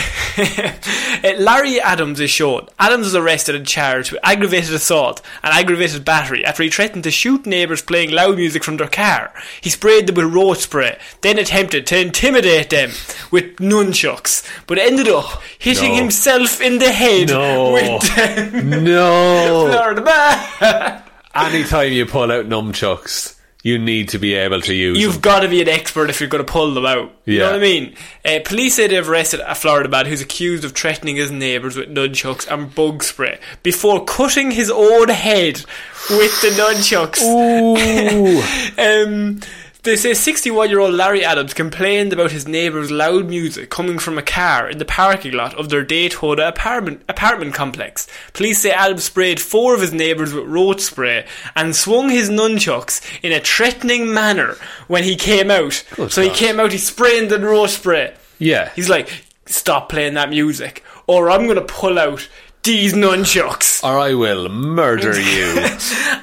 Speaker 1: Uh, Larry Adams is shot. Adams was arrested and charged with aggravated assault and aggravated battery after he threatened to shoot neighbours playing loud music from their car. He sprayed them with road spray, then attempted to intimidate them with nunchucks, but ended up hitting
Speaker 2: No.
Speaker 1: himself in the head
Speaker 2: No.
Speaker 1: with them.
Speaker 2: No.
Speaker 1: Florida man.
Speaker 2: Anytime you pull out nunchucks, you need to be able to use
Speaker 1: You've
Speaker 2: them.
Speaker 1: got to be an expert if you're going to pull them out. You know
Speaker 2: Yeah.
Speaker 1: what I mean? Uh, police say they've arrested a Florida man who's accused of threatening his neighbours with nunchucks and bug spray before cutting his own head with the nunchucks.
Speaker 2: Ooh.
Speaker 1: Um, they say 61 year old Larry Adams complained about his neighbour's loud music coming from a car in the parking lot of their Daytona apartment, apartment complex. Police say Adams sprayed four of his neighbours with road spray and swung his nunchucks in a threatening manner when he came out. so he
Speaker 2: God.
Speaker 1: came out, he sprained the road spray.
Speaker 2: yeah.
Speaker 1: He's like, stop playing that music or I'm going to pull out these nunchucks.
Speaker 2: or I will murder you.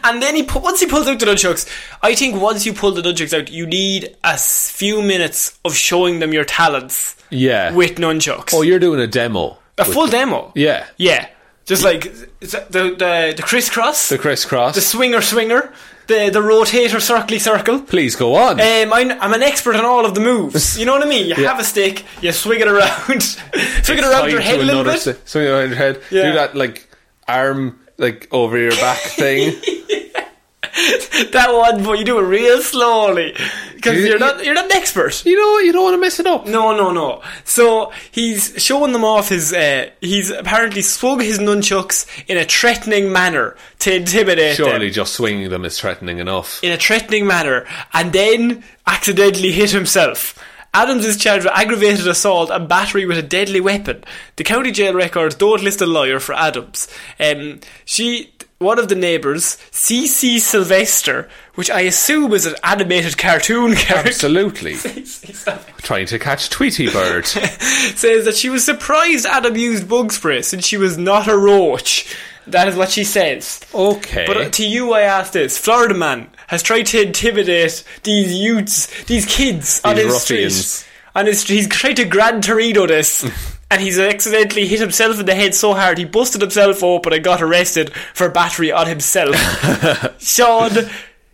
Speaker 1: And then he pu- once he pulls out the nunchucks, I think once you pull the nunchucks out, you need a s- few minutes of showing them your talents
Speaker 2: Yeah.
Speaker 1: with nunchucks.
Speaker 2: oh, you're doing a demo.
Speaker 1: a full demo.
Speaker 2: Yeah.
Speaker 1: Yeah. Just like is that the the, the crisscross,
Speaker 2: The
Speaker 1: the,
Speaker 2: crisscross.
Speaker 1: swinger swinger, the the rotator circly circle.
Speaker 2: Please go on.
Speaker 1: Um, I'm, I'm an expert on all of the moves. You know what I mean? You
Speaker 2: Yeah.
Speaker 1: have a stick, you swing it around, swing it around your head a little bit.
Speaker 2: Something around your head.
Speaker 1: Yeah.
Speaker 2: Do that like arm like over your back thing.
Speaker 1: that one, but you do it real slowly because
Speaker 2: You-
Speaker 1: you're not you're not an expert.
Speaker 2: You know what? You don't want to mess it up.
Speaker 1: No, no, no. So he's showing them off his. Uh, he's apparently swung his nunchucks in a threatening manner to intimidate
Speaker 2: Surely
Speaker 1: them.
Speaker 2: just swinging them is threatening enough.
Speaker 1: In a threatening manner, and then accidentally hit himself. Adams is charged with aggravated assault and battery with a deadly weapon. The county jail records don't list a lawyer for Adams. Um, she, one of the neighbours, C.C. Sylvester, which I assume is an animated cartoon character.
Speaker 2: Absolutely. Trying to catch Tweety Bird.
Speaker 1: says that she was surprised Adam used bug spray since she was not a roach. That is what she says.
Speaker 2: Okay.
Speaker 1: But uh, to you, I ask this: Florida man has tried to intimidate these youths, these kids on
Speaker 2: These
Speaker 1: his
Speaker 2: ruffians.
Speaker 1: street. On his street, he's tried to Gran Torino this, and he's accidentally hit himself in the head so hard he busted himself open and got arrested for battery on himself. Sean,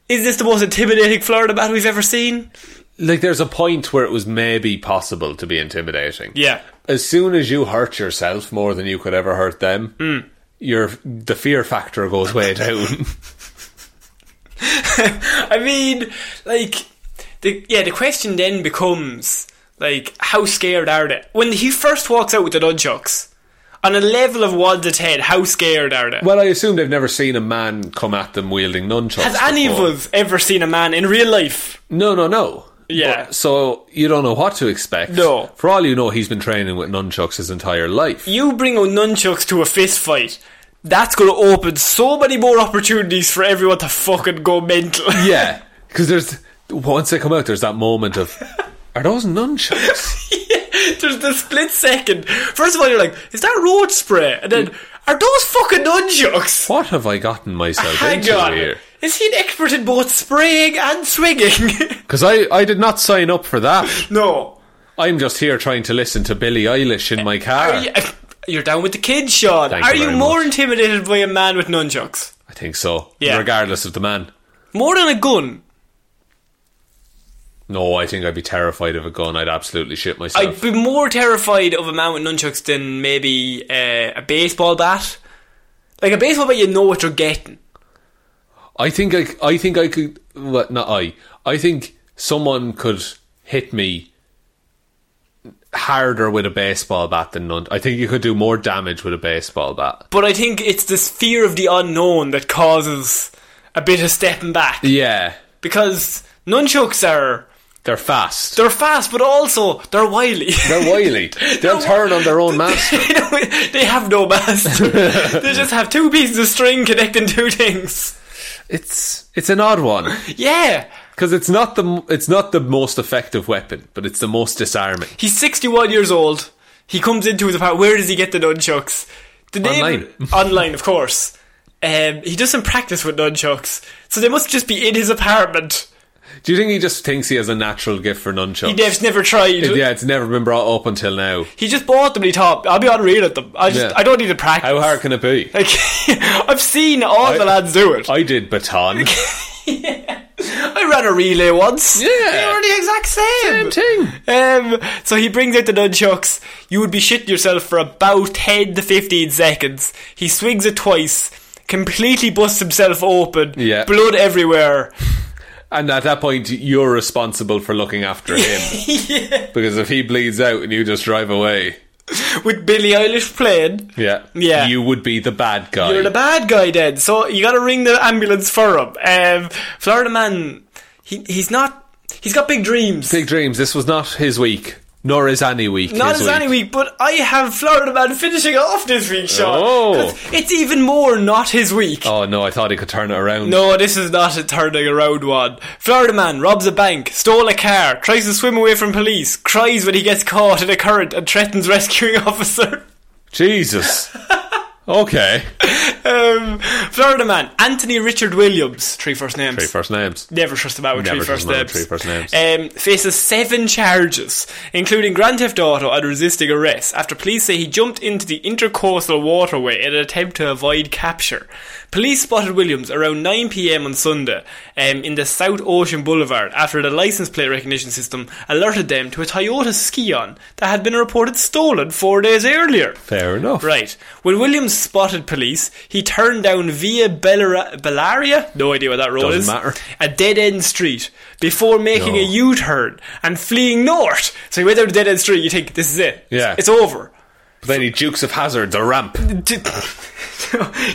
Speaker 1: is this the most intimidating Florida man we've ever seen?
Speaker 2: like, there's a point where it was maybe possible to be intimidating.
Speaker 1: Yeah.
Speaker 2: As soon as you hurt yourself more than you could ever hurt them,
Speaker 1: Hmm.
Speaker 2: your the fear factor goes way down.
Speaker 1: I mean, like, the, yeah, the question then becomes, like, how scared are they? When he first walks out with the nunchucks, on a level of 1 to 10, how scared are they?
Speaker 2: well, I assume they've never seen a man come at them wielding nunchucks.
Speaker 1: Has any of
Speaker 2: before.
Speaker 1: us ever seen a man in real life?
Speaker 2: No, no, no.
Speaker 1: Yeah.
Speaker 2: But- so you don't know what to expect.
Speaker 1: No.
Speaker 2: For all you know, he's been training with nunchucks his entire life.
Speaker 1: You bring out nunchucks to a fist fight, that's going to open so many more opportunities for everyone to fucking go mental.
Speaker 2: yeah. Because there's once they come out, there's that moment of are those nunchucks?
Speaker 1: There's the split second. First of all, you're like, is that road spray? And then, are those fucking nunchucks?
Speaker 2: what have I gotten myself
Speaker 1: Hang
Speaker 2: into
Speaker 1: on.
Speaker 2: here?
Speaker 1: Is he an expert in both spraying and swinging?
Speaker 2: Because I I did not sign up for that.
Speaker 1: no.
Speaker 2: I'm just here trying to listen to Billie Eilish in my car.
Speaker 1: Are you, you're down with the kids, Sean.
Speaker 2: Thank
Speaker 1: Are
Speaker 2: you
Speaker 1: you,
Speaker 2: very
Speaker 1: more
Speaker 2: much.
Speaker 1: intimidated by a man with nunchucks?
Speaker 2: I think so.
Speaker 1: Yeah.
Speaker 2: Regardless of the man.
Speaker 1: More than a gun.
Speaker 2: No, I think I'd be terrified of a gun. I'd absolutely shit myself.
Speaker 1: I'd be more terrified of a man with nunchucks than maybe uh, a baseball bat. Like a baseball bat, you know what you're getting.
Speaker 2: I think I, I think I could. Well, not I. I think someone could hit me harder with a baseball bat than none. I think you could do more damage with a baseball bat.
Speaker 1: But I think it's this fear of the unknown that causes a bit of stepping back.
Speaker 2: Yeah,
Speaker 1: Because nunchucks are.
Speaker 2: they're fast.
Speaker 1: They're fast, but also they're wily.
Speaker 2: They're wily. They'll turn on their own master.
Speaker 1: You know, they have no master. they just have two pieces of string connecting two things.
Speaker 2: It's it's an odd one
Speaker 1: Yeah.
Speaker 2: because it's not the m- it's not the most effective weapon, but it's the most disarming.
Speaker 1: He's 61 years old. He comes into his apartment. Where does he get the nunchucks? The neighbor-
Speaker 2: Online.
Speaker 1: Online, of course. Um, he doesn't practice with nunchucks. So they must just be in his apartment.
Speaker 2: Do you think he just thinks he has a natural gift for
Speaker 1: He
Speaker 2: nunchucks?
Speaker 1: just never tried.
Speaker 2: yeah, it's never been brought up until now.
Speaker 1: He just bought them and he thought, I'll be unreal at them. I just,
Speaker 2: Yeah.
Speaker 1: I don't need to practice.
Speaker 2: How hard can it be?
Speaker 1: Like, I've seen all the lads do it. I,
Speaker 2: I did baton.
Speaker 1: ran a relay once.
Speaker 2: Yeah.
Speaker 1: They were the exact Um, so he brings out the nunchucks. You would be shitting yourself for about 10 to 15 seconds. He swings it twice, completely busts himself open,
Speaker 2: Yeah.
Speaker 1: blood everywhere.
Speaker 2: And at that point, you're responsible for looking after him. Because if he bleeds out and you just drive away,
Speaker 1: With Billie Eilish playing,
Speaker 2: yeah,
Speaker 1: Yeah.
Speaker 2: you would be the bad guy.
Speaker 1: you're the bad guy then. So you gotta ring the ambulance for him. Um, Florida man, he, he's not. He's got big dreams.
Speaker 2: Big dreams. This was not his week, nor is any week.
Speaker 1: Not
Speaker 2: his
Speaker 1: as any week, but I have Florida Man finishing off this week, Sean.
Speaker 2: Oh.
Speaker 1: 'Cause It's even more not his week.
Speaker 2: Oh no, I thought he could turn it around.
Speaker 1: No, this is not a turning around one. Florida man robs a bank, stole a car, tries to swim away from police, cries when he gets caught in a current and threatens rescuing officer.
Speaker 2: Jesus. Okay.
Speaker 1: Um, Florida man, Anthony Richard Williams, three first names.
Speaker 2: Three first names.
Speaker 1: Never trust a man with
Speaker 2: Never
Speaker 1: three
Speaker 2: trust
Speaker 1: first
Speaker 2: a man
Speaker 1: names.
Speaker 2: with three first names.
Speaker 1: Um, faces seven charges, including grand theft auto and resisting arrest, after police say he jumped into the intercoastal waterway in an attempt to avoid capture. Police spotted Williams around 9 p.m. on Sunday um, in the South Ocean Boulevard after the license plate recognition system alerted them to a Toyota Scion that had been reported stolen four days earlier.
Speaker 2: Fair enough.
Speaker 1: Right. When Williams spotted police, he turned down via Bellara- Bellaria, no idea what that road
Speaker 2: Doesn't
Speaker 1: is,
Speaker 2: matter.
Speaker 1: a dead end street, before making
Speaker 2: No.
Speaker 1: a U turn and fleeing north. So he went down the dead end street, you think, this is it.
Speaker 2: Yeah.
Speaker 1: It's over.
Speaker 2: But then he Dukes of Hazard, the ramp.
Speaker 1: D-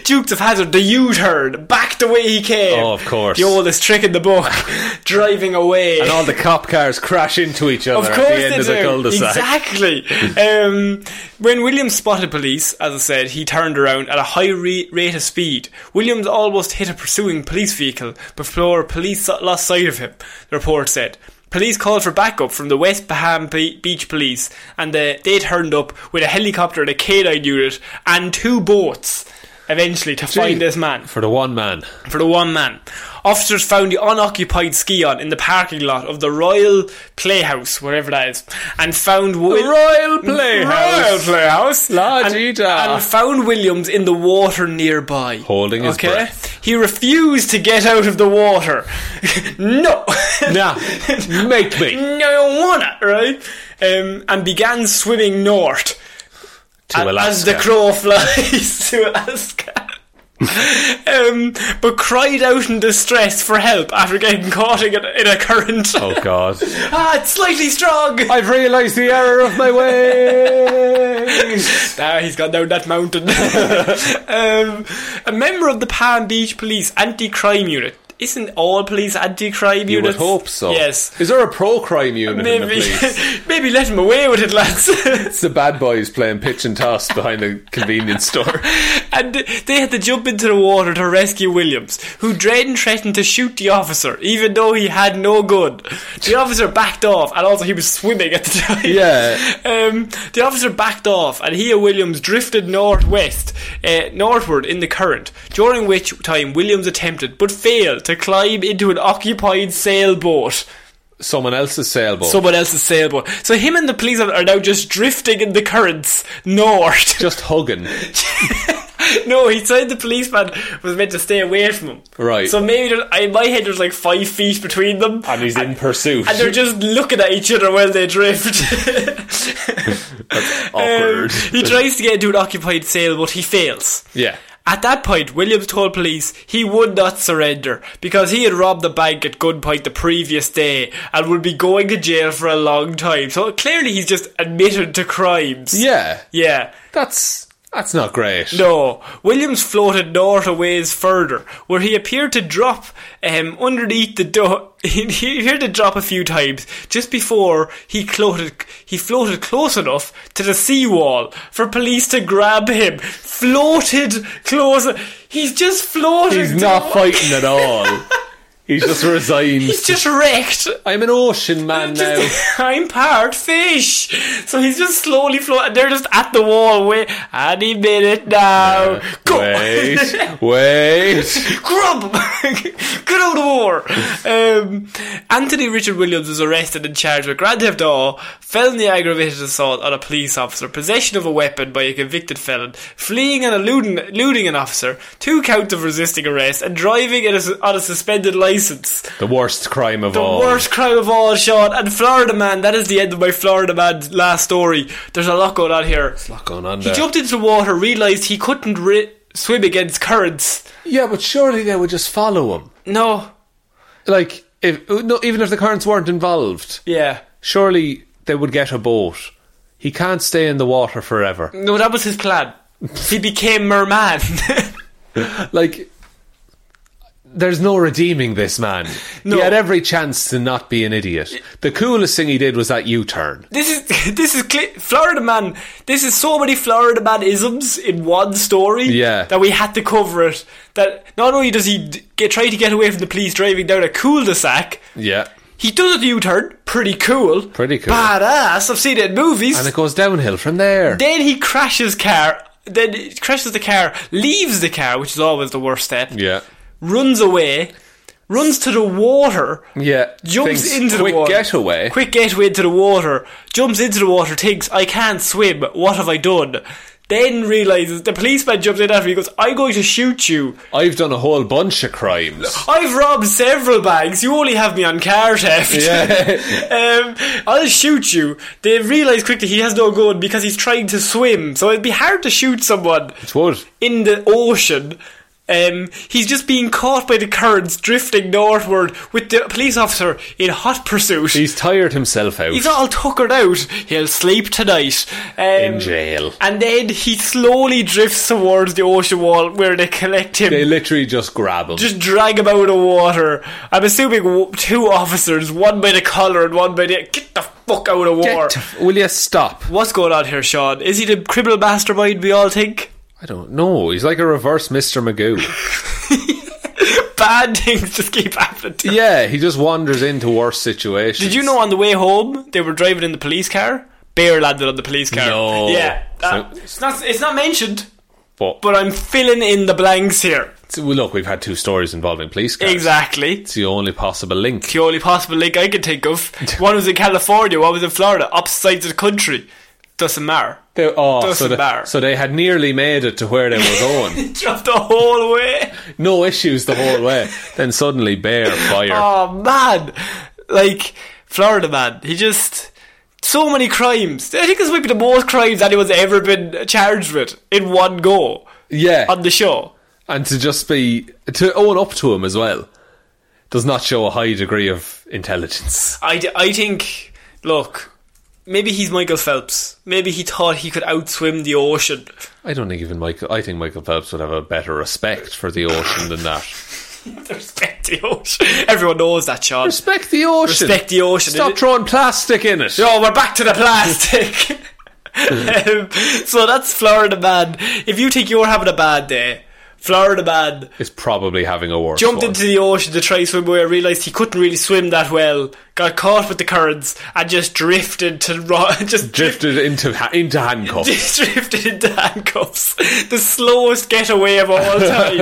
Speaker 1: Dukes of Hazard, the U turn, back the way he came.
Speaker 2: Oh, of course.
Speaker 1: The oldest trick in the book, driving away.
Speaker 2: And all the cop cars crash into each other
Speaker 1: Of
Speaker 2: at
Speaker 1: course
Speaker 2: the end
Speaker 1: they
Speaker 2: of the
Speaker 1: do.
Speaker 2: cul-de-sac.
Speaker 1: Exactly. um, when Williams spotted police, as I said, he turned around at a high re- rate of speed. Williams almost hit a pursuing police vehicle before police so- lost sight of him, the report said. Police called for backup from the West Baham Be- Beach Police, and uh, they turned up with a helicopter and a canine unit and two boats. Eventually, to find this man
Speaker 2: For the one man.
Speaker 1: for the one man. Officers found the unoccupied skion in the parking lot of the Royal Playhouse, wherever that is, and found Wi-
Speaker 2: Royal Playhouse.
Speaker 1: Royal Playhouse,
Speaker 2: La
Speaker 1: and,
Speaker 2: dee da.
Speaker 1: and found Williams in the water nearby,
Speaker 2: Holding his
Speaker 1: okay?
Speaker 2: breath.
Speaker 1: He refused to get out of the water. no,
Speaker 2: Nah, make me.
Speaker 1: no, don't wanna, right? Um, and began swimming north.
Speaker 2: To
Speaker 1: And
Speaker 2: Alaska.
Speaker 1: As the crow flies to Alaska. um, but cried out in distress for help after getting caught in a, in a current.
Speaker 2: Oh, God.
Speaker 1: ah, it's slightly strong!
Speaker 2: I've realised the error of my ways.
Speaker 1: Ah, he's gone down that mountain. um, a member of the Palm Beach Police Anti Crime Unit. Isn't all police anti crime units?
Speaker 2: You would hope so.
Speaker 1: Yes.
Speaker 2: Is there a pro-crime unit in the
Speaker 1: Maybe,
Speaker 2: police?
Speaker 1: maybe let him away with it, lads.
Speaker 2: It's the bad boys playing pitch and toss behind a convenience store.
Speaker 1: and they had to jump into the water to rescue Williams, who then threatened to shoot the officer, even though he had no gun. The officer backed off, and also he was swimming at the time.
Speaker 2: Yeah.
Speaker 1: Um, the officer backed off, and he and Williams drifted northwest, uh, northward in the current. During which time Williams attempted, but failed, to climb into an occupied sailboat.
Speaker 2: Someone else's sailboat.
Speaker 1: Someone else's sailboat. So him and the police are now just drifting in the currents north.
Speaker 2: Just hugging.
Speaker 1: No, he said the policeman was meant to stay away from him.
Speaker 2: Right.
Speaker 1: So maybe there, in my head there's like five feet between them,
Speaker 2: And he's in pursuit.
Speaker 1: and they're just looking at each other while they drift.
Speaker 2: awkward.
Speaker 1: Um, he tries to get into an occupied sail, but he fails.
Speaker 2: yeah.
Speaker 1: At that point, Williams told police he would not surrender because he had robbed the bank at gunpoint the previous day and would be going to jail for a long time. So clearly, he's just admitted to crimes.
Speaker 2: Yeah.
Speaker 1: Yeah.
Speaker 2: That's that's not great.
Speaker 1: No, Williams floated north a ways further, where he appeared to drop um, underneath the door. He appeared to drop a few times just before he floated. He floated close enough to the seawall for police to grab him. Floated close. He's just floating.
Speaker 2: He's not
Speaker 1: down.
Speaker 2: fighting at all. He's just resigned.
Speaker 1: He's just wrecked.
Speaker 2: I'm an ocean man now.
Speaker 1: Just- I'm part fish. So he's just slowly floating. They're just at the wall. Wait, any minute now. Go.
Speaker 2: Wait, wait.
Speaker 1: Grub! Good old war! Um, Anthony Richard Williams was arrested and charged with grand theft auto, felony aggravated assault on a police officer, possession of a weapon by a convicted felon, fleeing and eluding, eluding an officer, two counts of resisting arrest, and driving in a su- on a suspended license.
Speaker 2: The worst crime of
Speaker 1: The
Speaker 2: all.
Speaker 1: worst crime of all, Sean. And Florida Man, that is the end of my Florida Man last story. There's a lot going on here.
Speaker 2: What's going on
Speaker 1: He
Speaker 2: there?
Speaker 1: jumped into the water, realised he couldn't ri- swim against currents.
Speaker 2: yeah, but surely they would just follow him.
Speaker 1: No.
Speaker 2: Like, if no, even if the currents weren't involved,
Speaker 1: Yeah.
Speaker 2: surely they would get a boat. He can't stay in the water forever.
Speaker 1: No, that was his plan. He became merman.
Speaker 2: Like, there's no redeeming this man.
Speaker 1: No.
Speaker 2: He had every chance to not be an idiot. The coolest thing he did was that U-turn.
Speaker 1: this is this is cle Florida man. This is so many Florida man isms in one story.
Speaker 2: Yeah.
Speaker 1: that we had to cover it. That not only does he d- get try to get away from the police driving down a cul-de-sac,
Speaker 2: Yeah.
Speaker 1: he does a U-turn. Pretty cool.
Speaker 2: Pretty cool.
Speaker 1: Badass. I've seen it in movies.
Speaker 2: And it goes downhill from there.
Speaker 1: then he crashes car then crashes the car, leaves the car, which is always the worst step.
Speaker 2: Yeah.
Speaker 1: Runs away, runs to the water.
Speaker 2: Yeah.
Speaker 1: Jumps
Speaker 2: Thinks,
Speaker 1: into the
Speaker 2: quick
Speaker 1: water.
Speaker 2: getaway.
Speaker 1: Quick getaway into the water. Jumps into the water, thinks, I can't swim. What have I done? Then realizes the policeman jumps in after. He goes, "I'm going to shoot you.
Speaker 2: I've done a whole bunch of crimes.
Speaker 1: I've robbed several banks. You only have me on car theft. um, I'll shoot you." They realize quickly he has no gun because he's trying to swim. So it'd be hard to shoot someone
Speaker 2: It would.
Speaker 1: in the ocean. Um, he's just being caught by the currents drifting northward with the police officer in hot pursuit.
Speaker 2: He's tired himself out.
Speaker 1: He's all tuckered out. He'll sleep tonight. Um,
Speaker 2: In jail.
Speaker 1: And then he slowly drifts towards the ocean wall where they collect him.
Speaker 2: they literally just grab him.
Speaker 1: just drag him out of water. I'm assuming w- two officers, one by the collar and one by the. Get the fuck out of water.
Speaker 2: Will you stop?
Speaker 1: What's going on here, Sean? Is he the criminal mastermind we all think?
Speaker 2: I don't know. He's like a reverse Mr. Magoo.
Speaker 1: Bad things just keep happening to him.
Speaker 2: yeah, he just wanders into worse situations.
Speaker 1: Did you know on the way home they were driving in the police car? Bear landed on the police car.
Speaker 2: No.
Speaker 1: Yeah. Uh,
Speaker 2: So-
Speaker 1: it's, not, it's not mentioned,
Speaker 2: But,
Speaker 1: but I'm filling in the blanks here.
Speaker 2: well, look, we've had two stories involving police cars.
Speaker 1: Exactly.
Speaker 2: It's the only possible link.
Speaker 1: The only possible link I can think of. One was in California, one was in Florida, opposite sides of the country. Doesn't matter.
Speaker 2: They, oh,
Speaker 1: Doesn't
Speaker 2: so, they,
Speaker 1: matter.
Speaker 2: so they had nearly made it to where they were going.
Speaker 1: Dropped the whole way.
Speaker 2: no issues the whole way. Then suddenly, bear fire.
Speaker 1: Oh man, like Florida man, he just so many crimes. I think this might be the most crimes anyone's ever been charged with in one go
Speaker 2: yeah,
Speaker 1: on the show.
Speaker 2: and to just be to own up to him as well does not show a high degree of intelligence.
Speaker 1: I, d- I think, look, maybe he's Michael Phelps. Maybe he thought he could outswim the ocean.
Speaker 2: I don't think even Michael. I think Michael Phelps would have a better respect for the ocean than that.
Speaker 1: Respect the ocean. Everyone knows that, Sean.
Speaker 2: Respect the ocean.
Speaker 1: Respect the ocean.
Speaker 2: Stop
Speaker 1: It-
Speaker 2: throwing plastic in it.
Speaker 1: Oh, we're back to the plastic. um, so that's Florida Man. If you think you're having a bad day, Florida Man
Speaker 2: It's probably having a worse.
Speaker 1: jumped
Speaker 2: one.
Speaker 1: into the ocean to try swim away, realised he couldn't really swim that well, got caught with the currents, and just drifted to ro- just
Speaker 2: drifted into ha- into handcuffs.
Speaker 1: just drifted into handcuffs. The slowest getaway of all time.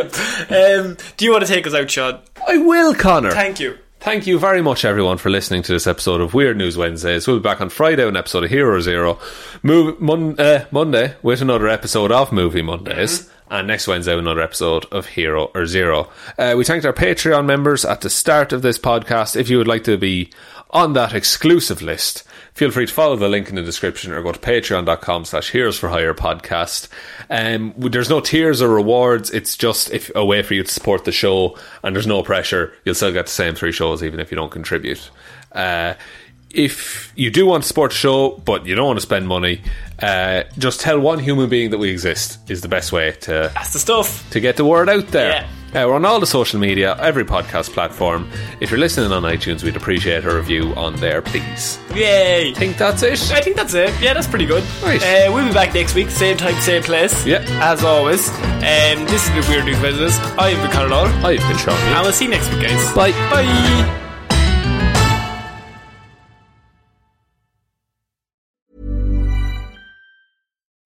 Speaker 1: um, do you want to take us out, Sean?
Speaker 2: I will, Connor.
Speaker 1: Thank you.
Speaker 2: Thank you very much, everyone, for listening to this episode of Weird News Wednesdays. We'll be back on Friday with an episode of Hero Zero, Move, mon, uh, Monday with another episode of Movie Mondays,
Speaker 1: Mm-hmm.
Speaker 2: and next Wednesday with another episode of Hero or Zero. Uh, we thanked our Patreon members at the start of this podcast. If you would like to be on that exclusive list, feel free to follow the link in the description or go to patreon.com slash heroes for hire podcast um, w- there's no tiers or rewards it's just if, a way for you to support the show and there's no pressure you'll still get the same three shows even if you don't contribute uh, if you do want to support the show but you don't want to spend money uh, just tell one human being that we exist is the best way to
Speaker 1: That's the stuff.
Speaker 2: to get the word out there.
Speaker 1: Yeah.
Speaker 2: Uh, we're on all the social media, every podcast platform. If you're listening on iTunes, we'd appreciate a review on there, please.
Speaker 1: Yay.
Speaker 2: I think that's it.
Speaker 1: I think that's it. Yeah, that's pretty good.
Speaker 2: Right.
Speaker 1: Uh, we'll be back next week, same time, same place.
Speaker 2: Yeah.
Speaker 1: As always. Um, this has been Weird News Business. I've been Conor Lawler, and
Speaker 2: I've been Sean.
Speaker 1: we'll see you next week, guys.
Speaker 2: Bye.
Speaker 1: Bye.